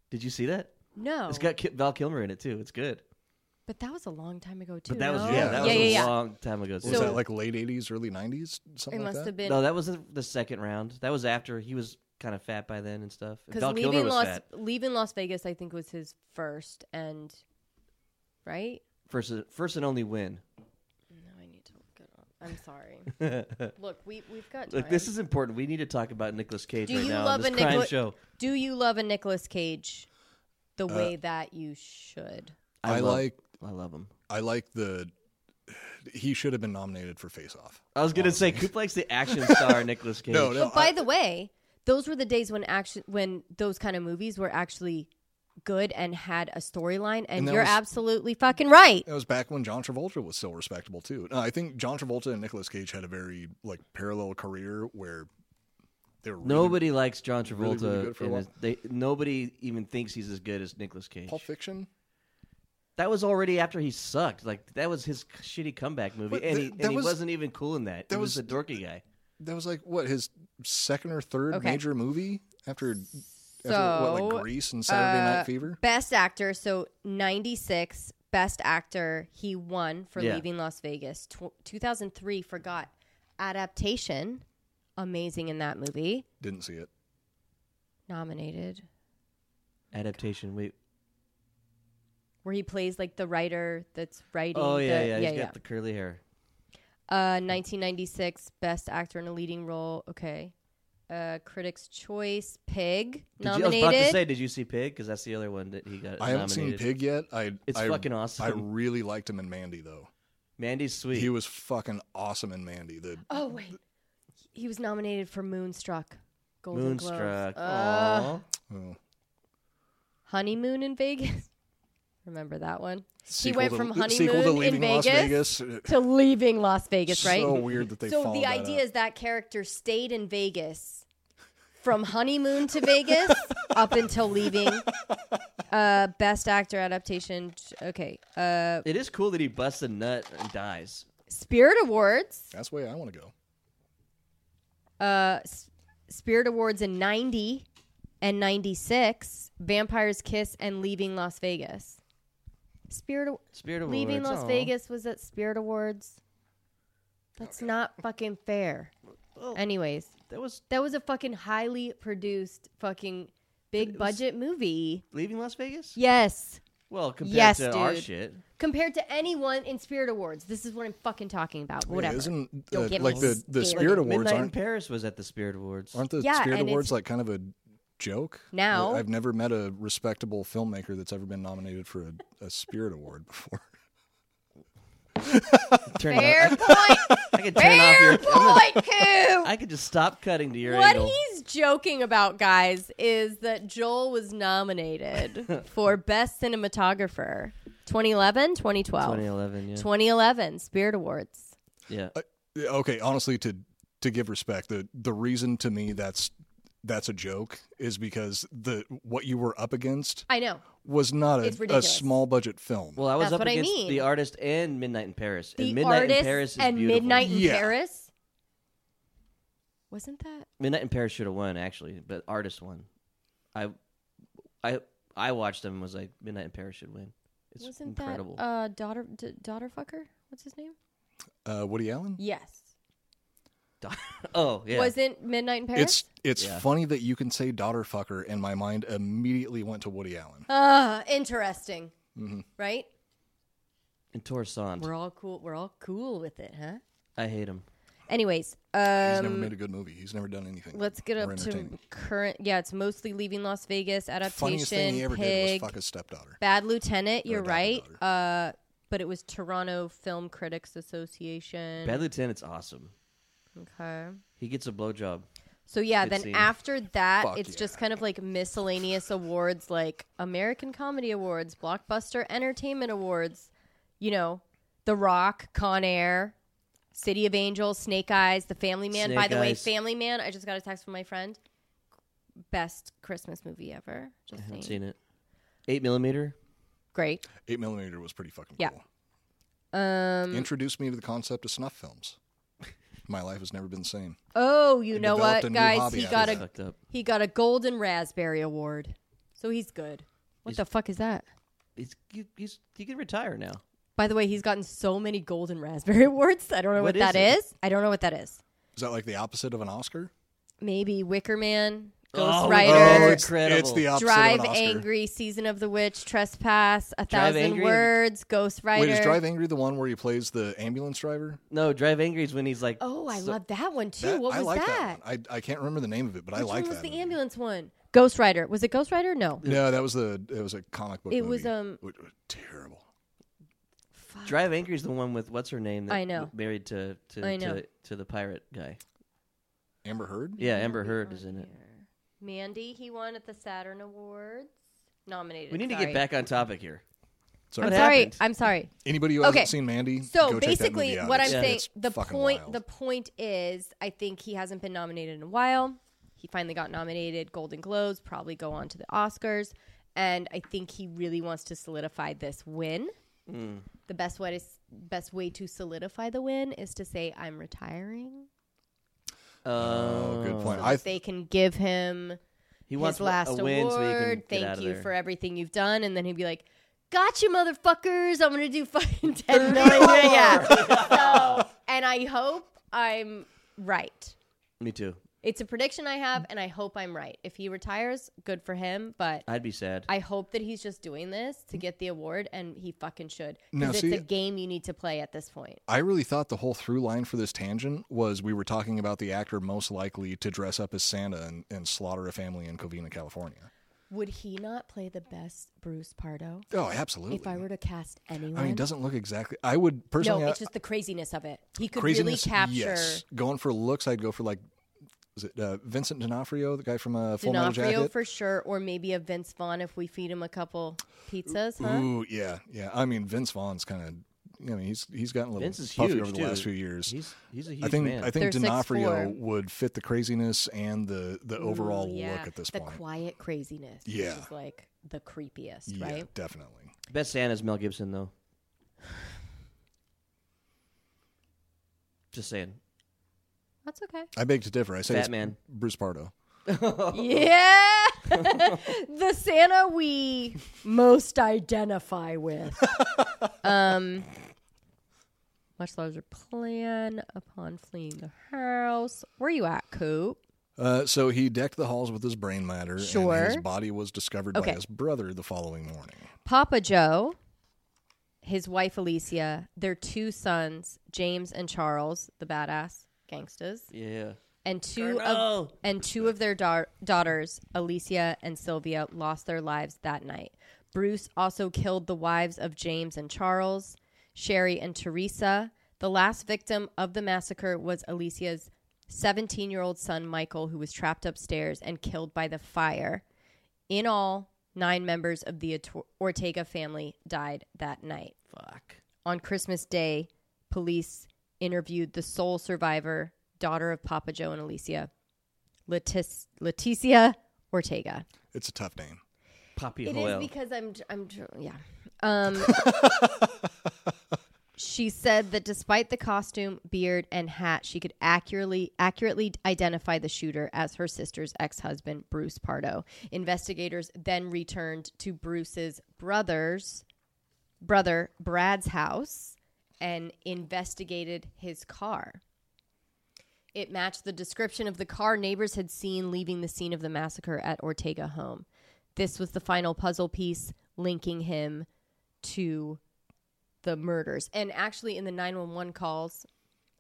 Speaker 1: Did you see that?
Speaker 2: No,
Speaker 1: It's got Ki- Val Kilmer in it too. It's good.
Speaker 2: but that was a long time ago too.
Speaker 1: But that was
Speaker 2: no?
Speaker 1: yeah, that was
Speaker 2: yeah,
Speaker 1: a
Speaker 2: yeah.
Speaker 1: long time ago.
Speaker 3: Was
Speaker 2: So-
Speaker 3: that like late '80s, early '90s, something
Speaker 2: It
Speaker 3: like
Speaker 2: must
Speaker 3: that?
Speaker 2: have been
Speaker 1: no, that was the second round. That was after he was kind of fat by then and stuff. And Val
Speaker 2: because
Speaker 1: Kilmer
Speaker 2: leaving
Speaker 1: was
Speaker 2: Las
Speaker 1: fat
Speaker 2: leaving Las Vegas, I think was his first and right.
Speaker 1: first first and only win.
Speaker 2: No, I need to look it up. I'm sorry. look, we we've got time.
Speaker 1: Look, this is important. We need to talk about Nicolas Cage
Speaker 2: Do
Speaker 1: right
Speaker 2: you
Speaker 1: now
Speaker 2: love
Speaker 1: on
Speaker 2: a
Speaker 1: this crime
Speaker 2: Nicolas?
Speaker 1: show.
Speaker 2: Do you love a Nicolas Cage the way that you should?
Speaker 3: I,
Speaker 1: love-
Speaker 3: like
Speaker 1: I love him.
Speaker 3: I like the. He should have been nominated for Face Off.
Speaker 1: I was gonna say Coop likes the action star Nicolas Cage.
Speaker 3: No, no.
Speaker 2: But Oh, by the way, those were the days when action when those kind of movies were actually good and had a storyline, and,
Speaker 3: that
Speaker 2: you're
Speaker 3: was-
Speaker 2: absolutely fucking right.
Speaker 3: That was back when John Travolta was still respectable too. No, I think John Travolta and Nicolas Cage had a very like parallel career where they were really-
Speaker 1: Nobody likes John Travolta.
Speaker 3: really good for a
Speaker 1: in
Speaker 3: while.
Speaker 1: his- they, nobody even thinks he's as good as Nicolas Cage.
Speaker 3: Pulp Fiction.
Speaker 1: That was already after he sucked. Like that was his shitty comeback movie,
Speaker 3: But
Speaker 1: and,
Speaker 3: th-
Speaker 1: he,
Speaker 3: that
Speaker 1: and
Speaker 3: was-
Speaker 1: he wasn't even cool in that.
Speaker 3: that
Speaker 1: he was,
Speaker 3: was-
Speaker 1: a dorky guy.
Speaker 3: That was like what his second or third
Speaker 2: Okay.
Speaker 3: major movie after, after what
Speaker 2: So,
Speaker 3: like Grease and Saturday
Speaker 2: Uh,
Speaker 3: Night Fever.
Speaker 2: Best actor, so 96, best actor. He won for
Speaker 1: Yeah.
Speaker 2: Leaving Las Vegas. Tw- 2003, forgot. Adaptation, amazing in that movie.
Speaker 3: Didn't see it.
Speaker 2: Nominated.
Speaker 1: Adaptation. Wait.
Speaker 2: Where he plays like the writer that's writing.
Speaker 1: Oh yeah,
Speaker 2: the,
Speaker 1: yeah. He's
Speaker 2: yeah,
Speaker 1: got the curly hair.
Speaker 2: Uh, 1996, Best Actor in a Leading Role. Okay. Uh, Critics' Choice, Pig,
Speaker 1: Did you, I was
Speaker 2: nominated.
Speaker 1: about to say, did you see Pig? Because that's the other one that he got.
Speaker 3: I haven't
Speaker 1: uh, nominated.
Speaker 3: seen Pig yet. I
Speaker 1: It's
Speaker 3: I-
Speaker 1: fucking awesome.
Speaker 3: I really liked him in Mandy though.
Speaker 1: Mandy's sweet.
Speaker 3: He was fucking awesome in Mandy. The
Speaker 2: oh, wait. He was nominated for Moonstruck. Golden
Speaker 1: Moonstruck.
Speaker 2: Globes. Ugh.
Speaker 1: Aw.
Speaker 3: oh,
Speaker 2: honeymoon in Vegas. Remember that one?
Speaker 3: sequel
Speaker 2: went
Speaker 3: to-
Speaker 2: from
Speaker 3: the sequel to
Speaker 2: honeymoon in
Speaker 3: Leaving Las
Speaker 2: Vegas
Speaker 3: Vegas.
Speaker 2: To leaving Las Vegas, right?
Speaker 3: So weird that they.
Speaker 2: So
Speaker 3: followed
Speaker 2: the
Speaker 3: that
Speaker 2: idea
Speaker 3: up.
Speaker 2: is that character stayed in Vegas from honeymoon to Vegas up until leaving. Uh, best actor adaptation. Okay. Uh,
Speaker 1: It is cool that he busts a nut and dies.
Speaker 2: Spirit Awards.
Speaker 3: that's the way I want to go.
Speaker 2: Uh, S- Spirit Awards in 90 and 96. Vampire's Kiss and Leaving Las Vegas. Spirit Awards.
Speaker 1: Spirit of
Speaker 2: Leaving
Speaker 1: Awards,
Speaker 2: Las
Speaker 1: aw.
Speaker 2: Vegas was at Spirit Awards. That's not fucking fair. Anyways,
Speaker 1: That was
Speaker 2: that was a fucking highly produced fucking big budget movie.
Speaker 1: Leaving Las Vegas.
Speaker 2: Yes.
Speaker 1: Well, compared
Speaker 2: Yes,
Speaker 1: to our
Speaker 2: dude.
Speaker 1: shit,
Speaker 2: Compared to anyone in Spirit Awards, this is what I'm fucking talking about. Whatever.
Speaker 3: Isn't
Speaker 2: Don't
Speaker 3: uh,
Speaker 2: get me
Speaker 3: like the the
Speaker 2: scared.
Speaker 3: Spirit Awards
Speaker 1: Midnight in
Speaker 3: aren't
Speaker 1: Paris was at the Spirit Awards.
Speaker 3: aren't the
Speaker 2: Yeah,
Speaker 3: Spirit
Speaker 2: and
Speaker 3: Awards
Speaker 2: it's-
Speaker 3: like kind of a joke? I-
Speaker 2: Now-
Speaker 3: I've never met a respectable filmmaker that's ever been nominated for a, a Spirit Award before.
Speaker 1: Turn it
Speaker 2: Fair
Speaker 1: off.
Speaker 2: point.
Speaker 1: I could turn off your.
Speaker 2: Fair
Speaker 1: I'm gonna-
Speaker 2: point, Coop.
Speaker 1: I could just stop cutting to your
Speaker 2: What
Speaker 1: angle.
Speaker 2: he's joking about, guys, is that Joel was nominated for Best Cinematographer 2011, 2012.
Speaker 1: 2011. Yeah.
Speaker 2: 2011 Spirit Awards.
Speaker 1: yeah.
Speaker 3: Yeah, Okay, honestly, to to give respect, the the reason to me that's that's a joke is because the what you were up against
Speaker 2: I know.
Speaker 3: was not
Speaker 2: It's
Speaker 3: a, a
Speaker 2: ridiculous.
Speaker 3: small budget film.
Speaker 1: Well, I was
Speaker 2: That's
Speaker 1: up
Speaker 2: what I
Speaker 1: against
Speaker 2: mean.
Speaker 1: the artist and Midnight in Paris.
Speaker 2: The
Speaker 1: and Midnight
Speaker 2: artist
Speaker 1: in Paris is
Speaker 2: and
Speaker 1: beautiful.
Speaker 2: Midnight in
Speaker 3: Yeah.
Speaker 2: Paris. Wasn't that?
Speaker 1: Midnight in Paris should have won actually, but artist won. I, I, I watched them and was like Midnight in Paris should win. It's
Speaker 2: wasn't
Speaker 1: incredible.
Speaker 2: that uh, daughter d- daughter fucker? What's his name?
Speaker 3: uh, Woody Allen.
Speaker 2: Yes.
Speaker 1: oh yeah.
Speaker 2: Wasn't Midnight in Paris?
Speaker 3: It's it's
Speaker 1: Yeah.
Speaker 3: funny that you can say daughter fucker, and my mind immediately went to Woody Allen.
Speaker 2: Ah, interesting.
Speaker 3: Mm-hmm.
Speaker 2: Right?
Speaker 1: and Torresant.
Speaker 2: We're all cool. We're all cool with it, huh?
Speaker 1: I hate him.
Speaker 2: Anyways,
Speaker 3: He's
Speaker 2: um,
Speaker 3: never made a good movie. He's never done anything.
Speaker 2: let's get
Speaker 3: more
Speaker 2: up to
Speaker 3: entertaining.
Speaker 2: current. Yeah, it's mostly Leaving Las Vegas
Speaker 3: funniest thing he
Speaker 2: adaptation.
Speaker 3: ever did
Speaker 2: Pig,
Speaker 3: was fuck his stepdaughter.
Speaker 2: Bad Lieutenant.
Speaker 3: Or
Speaker 2: You're right.
Speaker 3: adopted
Speaker 2: Uh, but it was Toronto Film Critics Association.
Speaker 1: Bad Lieutenant's awesome.
Speaker 2: okay.
Speaker 1: He gets a blowjob.
Speaker 2: So yeah,
Speaker 1: Good
Speaker 2: then
Speaker 1: scene.
Speaker 2: after that,
Speaker 3: Fuck
Speaker 2: it's
Speaker 3: yeah.
Speaker 2: just kind of like miscellaneous awards, like American Comedy Awards, Blockbuster Entertainment Awards, you know, The Rock, Con Air, City of Angels, Snake Eyes, The Family Man. By
Speaker 1: Snake
Speaker 2: the way,
Speaker 1: Eyes.
Speaker 2: Family Man, I just got a text from my friend. Best Christmas movie ever.
Speaker 1: I
Speaker 2: Just
Speaker 1: haven't
Speaker 2: saying.
Speaker 1: seen it. Eight millimeter.
Speaker 2: Great.
Speaker 3: Eight millimeter was pretty fucking
Speaker 2: Yeah.
Speaker 3: cool.
Speaker 2: Um.
Speaker 3: Introduced me to the concept of snuff films. My life has never been the same.
Speaker 2: Oh, you know
Speaker 3: developed a
Speaker 2: what,
Speaker 3: new
Speaker 2: guys?
Speaker 3: hobby
Speaker 2: He
Speaker 3: out
Speaker 2: got
Speaker 3: of
Speaker 2: a
Speaker 1: Fucked up.
Speaker 2: he got a Golden Raspberry Award, so he's good. What the fuck is that?
Speaker 1: He's, he, he's he can retire now.
Speaker 2: By the way, he's gotten so many gold and raspberry awards. I don't know what,
Speaker 1: What
Speaker 2: that
Speaker 1: is it?
Speaker 2: is. I don't know what that is.
Speaker 3: Is that like the opposite of an Oscar?
Speaker 2: Maybe Wicker Man, Ghost
Speaker 1: Oh,
Speaker 2: Rider,
Speaker 1: it's incredible.
Speaker 3: It's the opposite
Speaker 2: Drive
Speaker 3: of an Oscar.
Speaker 2: Angry, Season of the Witch, Trespass, A
Speaker 1: Drive
Speaker 2: Thousand
Speaker 1: Angry?
Speaker 2: Words, Ghost Rider.
Speaker 3: Wait, is Drive Angry the one where he plays the ambulance driver?
Speaker 1: No, Drive Angry is when he's like.
Speaker 2: oh, I
Speaker 1: so-
Speaker 2: love that one too.
Speaker 3: That-
Speaker 2: what
Speaker 3: I
Speaker 2: was
Speaker 3: like
Speaker 2: that?
Speaker 3: one. I, I can't remember the name of it, but I
Speaker 2: Which
Speaker 3: like
Speaker 2: one was
Speaker 3: that.
Speaker 2: the
Speaker 3: movie.
Speaker 2: ambulance one? Ghost Rider. Was it Ghost Rider? No.
Speaker 3: No, that was the it was a comic book.
Speaker 2: It was,
Speaker 3: movie.
Speaker 2: um,
Speaker 3: Which was terrible.
Speaker 1: Drive Angry is the one with what's her name? That
Speaker 2: I know.
Speaker 1: Married to to,
Speaker 2: I know.
Speaker 1: to to the pirate guy.
Speaker 3: Amber Heard.
Speaker 1: Yeah, Amber Heard is in it.
Speaker 2: Mandy, he won at the Saturn Awards. Nominated.
Speaker 1: We need to
Speaker 2: sorry.
Speaker 1: get back on topic here.
Speaker 2: I'm
Speaker 3: What
Speaker 2: sorry.
Speaker 1: happened?
Speaker 2: I'm sorry.
Speaker 3: Anybody who hasn't
Speaker 2: Okay.
Speaker 3: seen Mandy?
Speaker 2: So
Speaker 3: go check that
Speaker 2: basically,
Speaker 3: movie out.
Speaker 2: what I'm
Speaker 3: It's-
Speaker 2: saying,
Speaker 3: it's
Speaker 2: the
Speaker 3: fucking
Speaker 2: point,
Speaker 3: wild.
Speaker 2: the point is, I think he hasn't been nominated in a while. He finally got nominated, Golden Globes, probably go on to the Oscars, and I think he really wants to solidify this win.
Speaker 3: Hmm.
Speaker 2: The best way to best way to solidify the win is to say I'm retiring,
Speaker 1: Um,
Speaker 3: Oh, good point.
Speaker 2: so
Speaker 3: I
Speaker 2: that they can give him
Speaker 1: He
Speaker 2: his
Speaker 1: wants
Speaker 2: last
Speaker 1: a win
Speaker 2: award.
Speaker 1: so he can get out
Speaker 2: Thank
Speaker 1: of
Speaker 2: you
Speaker 1: there.
Speaker 2: for everything you've done, and then he'd be like. Gotcha, motherfuckers! I'm gonna do fucking ten million. Yeah. So, and I hope I'm right.
Speaker 1: Me too.
Speaker 2: It's a prediction I have, and I hope I'm right. If he retires, good for him. But
Speaker 1: I'd be sad.
Speaker 2: I hope that he's just doing this to get the award, and he fucking should.
Speaker 3: Now,
Speaker 2: Because it's
Speaker 3: see-
Speaker 2: a game you need to play at this point.
Speaker 3: I really thought the whole through line for this tangent was we were talking about the actor most likely to dress up as Santa and, and slaughter a family in Covina, California.
Speaker 2: Would he not play the best Bruce Pardo?
Speaker 3: Oh, absolutely.
Speaker 2: If I were to cast anyone,
Speaker 3: I mean, it doesn't look exactly. I would personally.
Speaker 2: no,
Speaker 3: I-
Speaker 2: it's just the craziness of it. He could really
Speaker 3: craziness,
Speaker 2: capture
Speaker 3: Yes. Going for looks, I'd go for like, was it uh, Vincent D'Onofrio, the guy from uh, Full Metal
Speaker 2: D'Onofrio
Speaker 3: Jacket?
Speaker 2: for sure, or maybe a Vince Vaughn if we feed him a couple pizzas, huh?
Speaker 3: Ooh, yeah, yeah. I mean, Vince Vaughn's kind of. I mean, he's he's gotten a little
Speaker 1: Vince is
Speaker 3: puffy
Speaker 1: huge
Speaker 3: over the
Speaker 1: too.
Speaker 3: last few years.
Speaker 1: He's he's a huge
Speaker 3: I think
Speaker 1: man.
Speaker 3: I think
Speaker 2: They're 6'4".
Speaker 3: D'Onofrio would fit the craziness and the the overall
Speaker 2: Yeah,
Speaker 3: look at this
Speaker 2: the
Speaker 3: point.
Speaker 2: quiet craziness. which
Speaker 3: Yeah.
Speaker 2: is like the creepiest,
Speaker 3: yeah,
Speaker 2: right?
Speaker 3: definitely.
Speaker 1: Best Santa's Mel Gibson though. Just saying.
Speaker 2: That's okay.
Speaker 3: I beg to differ. I say
Speaker 1: Batman.
Speaker 3: it's Bruce Pardo.
Speaker 2: Yeah. the Santa we most identify with. um much larger plan upon fleeing the house. Where you at, Coop?
Speaker 3: Uh, so he decked the halls with his brain matter, and his
Speaker 2: Sure.
Speaker 3: body was discovered by
Speaker 2: Okay.
Speaker 3: his brother the following morning.
Speaker 2: Papa Joe, his wife Alicia, their two sons, James and Charles, the badass gangsters,
Speaker 1: Yeah.
Speaker 2: and two of and two of their da- daughters, Alicia and Sylvia, lost their lives that night. Bruce also killed the wives of James and Charles, Sherry and Teresa. The last victim of the massacre was Alicia's 17-year-old son Michael, who was trapped upstairs and killed by the fire. In all, nine members of the Ot- Ortega family died that night.
Speaker 1: Fuck.
Speaker 2: On Christmas Day, police interviewed the sole survivor, daughter of Papa Joe and Alicia, Letis- Leticia Ortega.
Speaker 3: It's a tough name.
Speaker 1: Poppy
Speaker 2: It is
Speaker 1: Hoel.
Speaker 2: because I'm, I'm, yeah. Um, she said that despite the costume, beard, and hat, she could accurately accurately identify the shooter as her sister's ex-husband, Bruce Pardo. Investigators then returned to Bruce's brother's brother Brad's house and investigated his car. It matched the description of the car neighbors had seen leaving the scene of the massacre at Ortega home. This was the final puzzle piece linking him to the murders. And actually, in the 911 calls,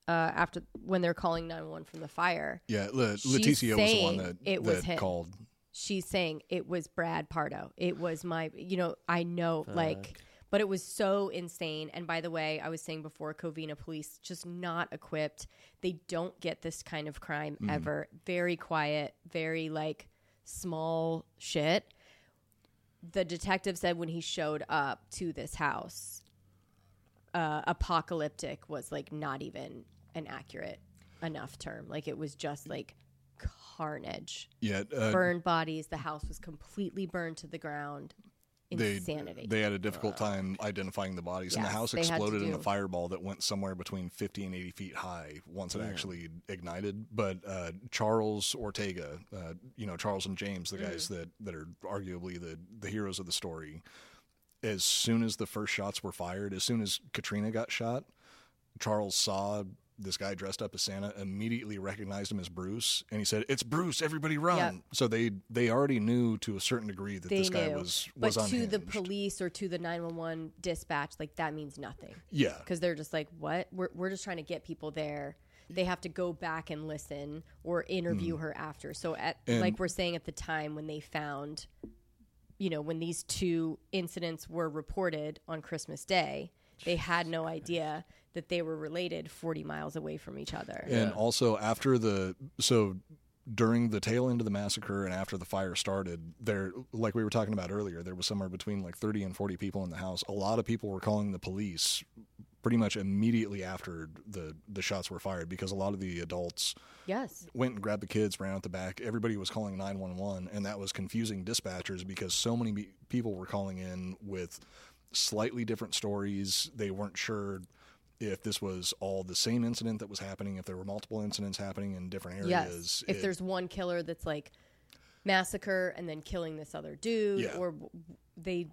Speaker 2: uh, after when they're calling 911 from the fire,
Speaker 3: Yeah, Le-
Speaker 2: She's
Speaker 3: Leticia was the one
Speaker 2: saying
Speaker 3: that,
Speaker 2: it was
Speaker 3: that
Speaker 2: him.
Speaker 3: called.
Speaker 2: she's saying it was Brad Pardo. It was my, you know, I know, like, but it was so insane. And by the way, I was saying before, Covina police just not equipped. They don't get this kind of crime ever. Very quiet, very like small shit. The detective said when he showed up to this house, uh, apocalyptic was like not even an accurate enough term. Like it was just like carnage
Speaker 3: Yeah, uh,
Speaker 2: burned bodies. The house was completely burned to the ground.
Speaker 3: they
Speaker 2: Insanity.
Speaker 3: they had a difficult time identifying the bodies, and the
Speaker 2: Yes,
Speaker 3: house
Speaker 2: they had to
Speaker 3: exploded in a
Speaker 2: do-
Speaker 3: fireball that went somewhere between fifty and eighty feet high once it actually ignited. But uh, Charles Ortega, uh, you know Charles and James, the
Speaker 2: Mm.
Speaker 3: guys that that are arguably the the heroes of the story. As soon as the first shots were fired, as soon as Katrina got shot, Charles saw this guy dressed up as Santa, immediately recognized him as Bruce, and he said, "It's Bruce! Everybody run!"
Speaker 2: Yep.
Speaker 3: So they they already knew to a certain degree that
Speaker 2: they
Speaker 3: this guy
Speaker 2: knew.
Speaker 3: was
Speaker 2: but
Speaker 3: was
Speaker 2: to
Speaker 3: unhinged.
Speaker 2: the police or to the 911 dispatch, like that means nothing.
Speaker 3: Yeah,
Speaker 2: Because they're just like, what? We're, we're just trying to get people there. They have to go back and listen or interview her after. So, at
Speaker 3: Mm. And-
Speaker 2: like we're saying at the time when they found, you know, when these two incidents were reported on Christmas Day, they had no idea that they were related 40 miles away from each other.
Speaker 3: and also after the so during the tail end of the massacre and after the fire started there like we were talking about earlier there was somewhere between like 30 and 40 people in the house a lot of people were calling the police pretty much immediately after the the shots were fired because a lot of the adults
Speaker 2: Yes.
Speaker 3: went and grabbed the kids, ran out the back. Everybody was calling 911, and that was confusing dispatchers because so many be- people were calling in with slightly different stories. They weren't sure if this was all the same incident that was happening, if there were multiple incidents happening in different areas.
Speaker 2: Yes. If
Speaker 3: It-
Speaker 2: there's one killer that's like massacre and then killing this other dude,
Speaker 3: Yeah.
Speaker 2: or w- they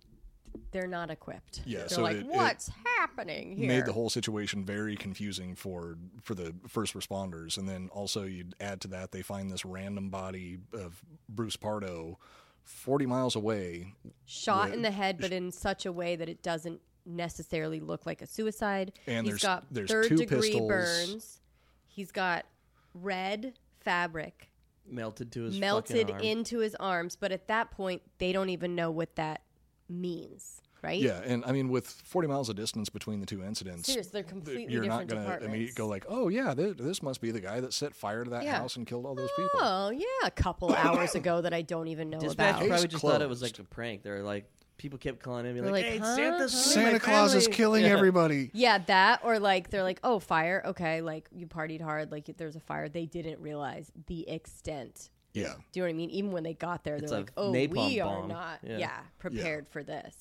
Speaker 2: they're not equipped.
Speaker 3: Yeah,
Speaker 2: They're
Speaker 3: so
Speaker 2: like,
Speaker 3: it- it
Speaker 2: what's happening here?
Speaker 3: made the whole situation very confusing for for the first responders and then also you add to that they find this random body of Bruce Pardo 40 miles away
Speaker 2: shot in the head, but in such a way that it doesn't necessarily look like a suicide.
Speaker 3: And
Speaker 2: he's
Speaker 3: there's-
Speaker 2: got
Speaker 3: there's
Speaker 2: third
Speaker 3: two
Speaker 2: degree
Speaker 3: pistols.
Speaker 2: burns. He's got red fabric
Speaker 1: Melted to his
Speaker 2: melted
Speaker 1: fucking arm.
Speaker 2: into his arms, but at that point they don't even know what that means, right?
Speaker 3: Yeah, and I mean, with 40 miles of distance between the two incidents,
Speaker 2: Seriously, they're completely
Speaker 3: you're not
Speaker 2: different
Speaker 3: going to
Speaker 2: departments.
Speaker 3: immediately go like, "Oh yeah, th- this must be the guy that set fire to that
Speaker 2: Yeah.
Speaker 3: house and killed all those people."
Speaker 2: Oh yeah, a couple hours ago that I don't even know
Speaker 1: Dispatch
Speaker 2: about.
Speaker 3: Case
Speaker 1: probably just thought it was
Speaker 3: closed.
Speaker 1: like a prank. They're like, people kept calling in, be
Speaker 2: They're
Speaker 1: like,
Speaker 2: like,
Speaker 1: "Hey,
Speaker 2: huh?
Speaker 1: Santa's
Speaker 2: Huh?
Speaker 1: suing my family." Yeah.
Speaker 3: everybody.
Speaker 2: Yeah, that or like they're like, oh, fire. Okay, like you partied hard. Like there's a fire. They didn't realize the extent.
Speaker 3: Yeah,
Speaker 2: Do you know what I mean? Even when they got there, they're
Speaker 1: It's a
Speaker 2: like, oh,
Speaker 1: napalm
Speaker 2: we are
Speaker 1: bomb.
Speaker 2: not, yeah,
Speaker 1: Yeah.
Speaker 2: prepared for this.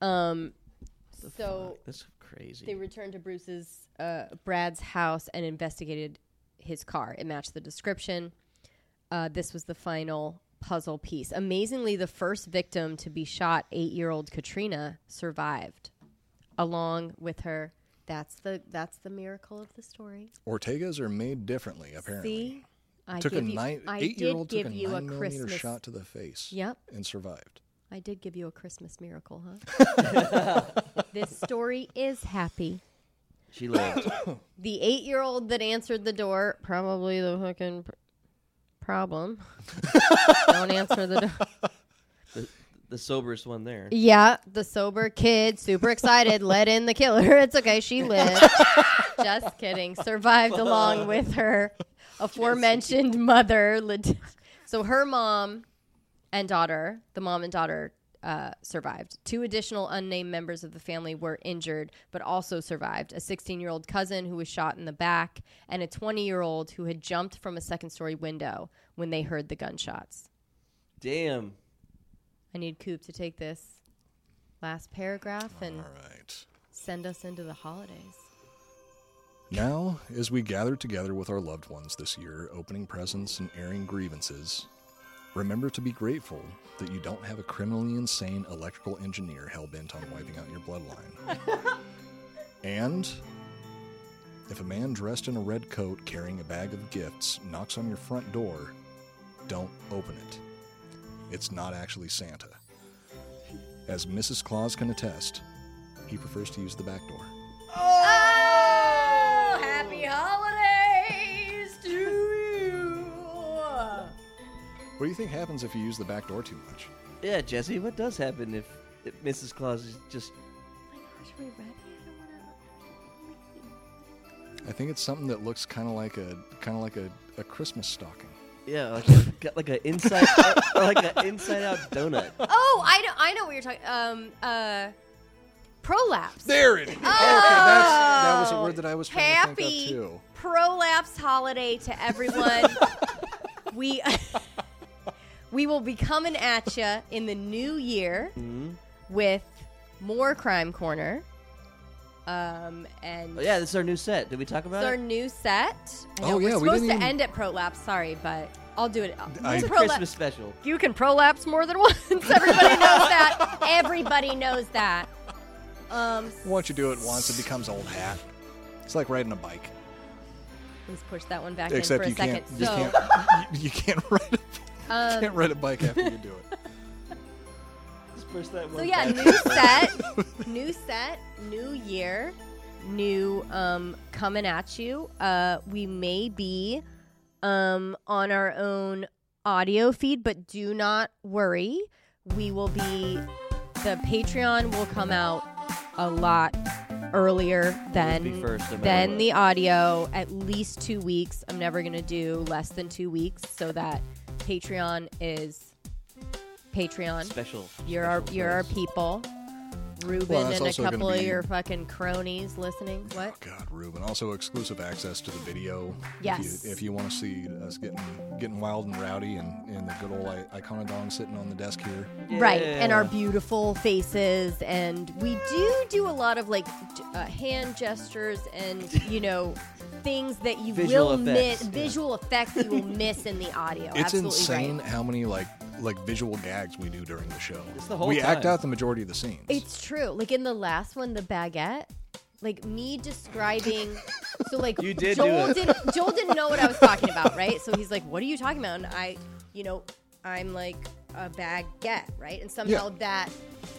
Speaker 2: Um, so
Speaker 1: That's crazy.
Speaker 2: they returned to Bruce's uh, Brad's house and investigated his car. It matched the description. Uh, this was the final puzzle piece. Amazingly, the first victim to be shot, eight-year-old Katrina, survived, along with her. That's the that's the miracle of the story.
Speaker 3: Ortegas are made differently. Apparently,
Speaker 2: See, I
Speaker 3: took a
Speaker 2: give you-
Speaker 3: nine
Speaker 2: I
Speaker 3: eight year old
Speaker 2: did give
Speaker 3: took a
Speaker 2: you a
Speaker 3: nine millimeter
Speaker 2: Christmas
Speaker 3: shot to the face.
Speaker 2: Yep.
Speaker 3: and survived.
Speaker 2: I did give you a Christmas miracle, huh? this story is happy.
Speaker 1: She lived.
Speaker 2: The eight year old that answered the door, probably the fucking pr- problem. Don't answer the door.
Speaker 1: the soberest one there.
Speaker 2: Yeah, the sober kid, super excited, let in the killer. It's okay, she lived. Just kidding. Survived along with her aforementioned mother. Lat- So her mom and daughter, the mom and daughter, uh, survived. Two additional unnamed members of the family were injured, but also survived. A 16 year old cousin who was shot in the back, and a 20 year old who had jumped from a second story window when they heard the gunshots.
Speaker 1: Damn.
Speaker 2: I need Coop to take this last paragraph and
Speaker 3: All right.
Speaker 2: send us into the holidays.
Speaker 3: Now, as we gather together with our loved ones this year, opening presents and airing grievances, remember to be grateful that you don't have a criminally insane electrical engineer hell bent on wiping out your bloodline. and if a man dressed in a red coat carrying a bag of gifts knocks on your front door, don't open it. It's not actually Santa. As Mrs. Claus can attest, he prefers to use the back door.
Speaker 2: Oh, happy holidays to you. Oh,
Speaker 3: What do you think happens if you use the back door too much?
Speaker 1: Yeah, Jesse, what does happen if, if Mrs. Claus is just.
Speaker 3: I think it's something that looks kind of like a kind of like a, a Christmas stocking.
Speaker 1: Yeah, like a, got like an inside out, like an inside out donut.
Speaker 2: Oh, I know, I know what you're talking. Um, uh, prolapse.
Speaker 3: There it is. that was a word that I was trying to think
Speaker 2: Happy
Speaker 3: of too.
Speaker 2: prolapse holiday to everyone. we we will be coming at you in the new year
Speaker 3: Mm-hmm.
Speaker 2: with more Crime Corner. Um, and
Speaker 1: Oh, yeah, this is our new set. Did we talk
Speaker 2: It's
Speaker 1: about
Speaker 2: our
Speaker 1: it?
Speaker 2: new set. I
Speaker 3: Oh,
Speaker 2: know
Speaker 3: yeah,
Speaker 2: we're
Speaker 3: we
Speaker 2: supposed to
Speaker 3: didn't even-
Speaker 2: end at prolapse. Sorry, but I'll do it. We'll
Speaker 3: I-
Speaker 1: It's a
Speaker 2: prolapse-
Speaker 1: Christmas special.
Speaker 2: You can prolapse more than once. Everybody knows that. Everybody knows that. Um,
Speaker 3: Once you do it once, it becomes old hat. It's like riding a bike,
Speaker 2: let's push that one back
Speaker 3: except
Speaker 2: in
Speaker 3: you
Speaker 2: for a second.
Speaker 3: can't, you
Speaker 2: so, um,
Speaker 3: can't you, you can't ride a, you can't ride a bike after you do it.
Speaker 1: Just push that
Speaker 2: so
Speaker 1: one
Speaker 2: yeah,
Speaker 1: back.
Speaker 2: new set, new set, new year, new um coming at you. Uh, we may be um on our own audio feed, but do not worry. We will be the Patreon will come out a lot earlier
Speaker 1: be
Speaker 2: than
Speaker 1: first, no matter
Speaker 2: than
Speaker 1: what.
Speaker 2: the audio. At least two weeks. I'm never gonna do less than two weeks, so that Patreon is Patreon.
Speaker 1: special.
Speaker 2: You're our
Speaker 1: special
Speaker 2: you're our
Speaker 1: place.
Speaker 2: people. Ruben
Speaker 3: Well, that's
Speaker 2: and a
Speaker 3: also gonna
Speaker 2: couple of
Speaker 3: be-
Speaker 2: your fucking cronies listening. What?
Speaker 3: Oh, God, Ruben. Also, exclusive access to the video. If
Speaker 2: Yes.
Speaker 3: you, if you want to see us getting getting wild and rowdy and, and the good old I- Iconodon sitting on the desk here.
Speaker 2: Right, and our beautiful faces, and we do do a lot of like j- uh, hand gestures and you know things that you
Speaker 1: Visual
Speaker 2: will miss,
Speaker 1: effects, yeah.
Speaker 2: visual effects you will miss in the audio.
Speaker 3: It's
Speaker 2: Absolutely
Speaker 3: insane
Speaker 2: right.
Speaker 3: how many like like visual gags we do during the show.
Speaker 1: It's the whole
Speaker 3: we act
Speaker 1: time.
Speaker 3: out the majority of the scenes.
Speaker 2: It's true. Like in the last one, the baguette, like me describing. So like
Speaker 1: You did
Speaker 2: Joel
Speaker 1: do it.
Speaker 2: didn't Joel didn't know what I was talking about, right? So he's like, "What are you talking about?" And I, you know, I'm like a baguette, right? And somehow that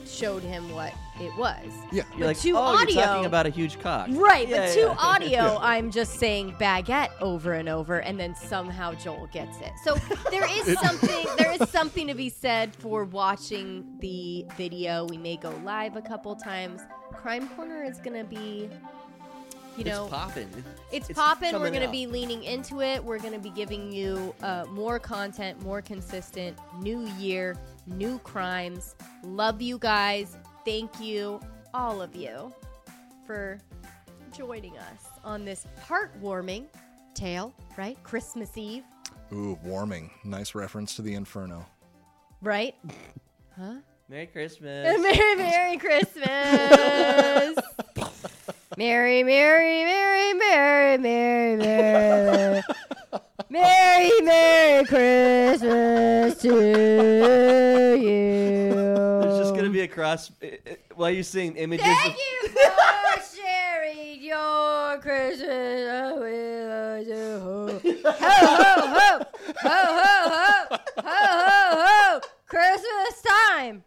Speaker 2: showed him what it was.
Speaker 3: yeah.
Speaker 1: You're like,
Speaker 2: to
Speaker 1: oh,
Speaker 2: audio-
Speaker 1: you're talking about a huge cock.
Speaker 2: Right,
Speaker 1: Yeah,
Speaker 2: but to
Speaker 1: yeah.
Speaker 2: audio, I'm just saying baguette over and over, and then somehow Joel gets it. So there is something there is something to be said for watching the video. We may go live a couple times. Crime Corner is gonna be, you know,
Speaker 1: it's popping.
Speaker 2: it's, popping. We're
Speaker 1: coming
Speaker 2: gonna
Speaker 1: out.
Speaker 2: be leaning into it. We're gonna be giving you uh, more content, more consistent. New year, new crimes. Love you guys. Thank you, all of you, for joining us on this heartwarming tale. Right, Christmas Eve.
Speaker 3: Ooh, warming. Nice reference to the Inferno.
Speaker 2: Right.
Speaker 1: Merry Christmas.
Speaker 2: Merry, Merry Christmas. Merry, Merry, Merry, Merry, Merry, Merry. Merry, Merry Christmas to you.
Speaker 1: There's just gonna be a cross i- i- while you sing images.
Speaker 2: Thank
Speaker 1: of,
Speaker 2: you for sharing your Christmas with us. Ho, ho, ho, ho, ho, ho, ho, ho, ho, Christmas time.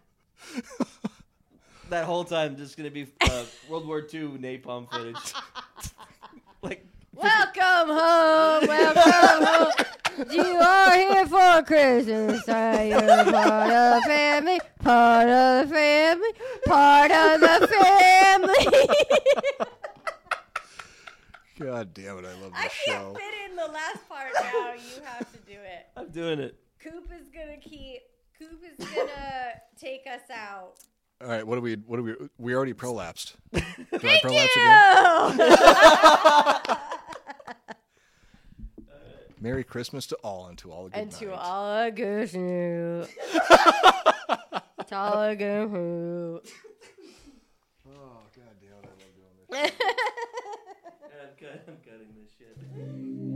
Speaker 1: that whole time just gonna be uh, World War II napalm footage. like
Speaker 2: Welcome home, welcome home. You are here for Christmas. Are you part of the family? Part of the family? Part of the family?
Speaker 3: God damn it, I love
Speaker 2: I
Speaker 3: this
Speaker 2: can't
Speaker 3: show.
Speaker 2: fit in the last part now. You have to do it.
Speaker 1: I'm doing it.
Speaker 2: Coop is gonna keep. Coop is gonna take us out.
Speaker 3: All right, what do we? What do we? We already prolapsed. Do I
Speaker 2: Thank
Speaker 3: prolapse again?
Speaker 2: you.
Speaker 3: Merry Christmas to all and to all a good
Speaker 2: and to
Speaker 3: night.
Speaker 2: all a good who. to all a good who.
Speaker 1: I'm, cut, I'm cutting this shit.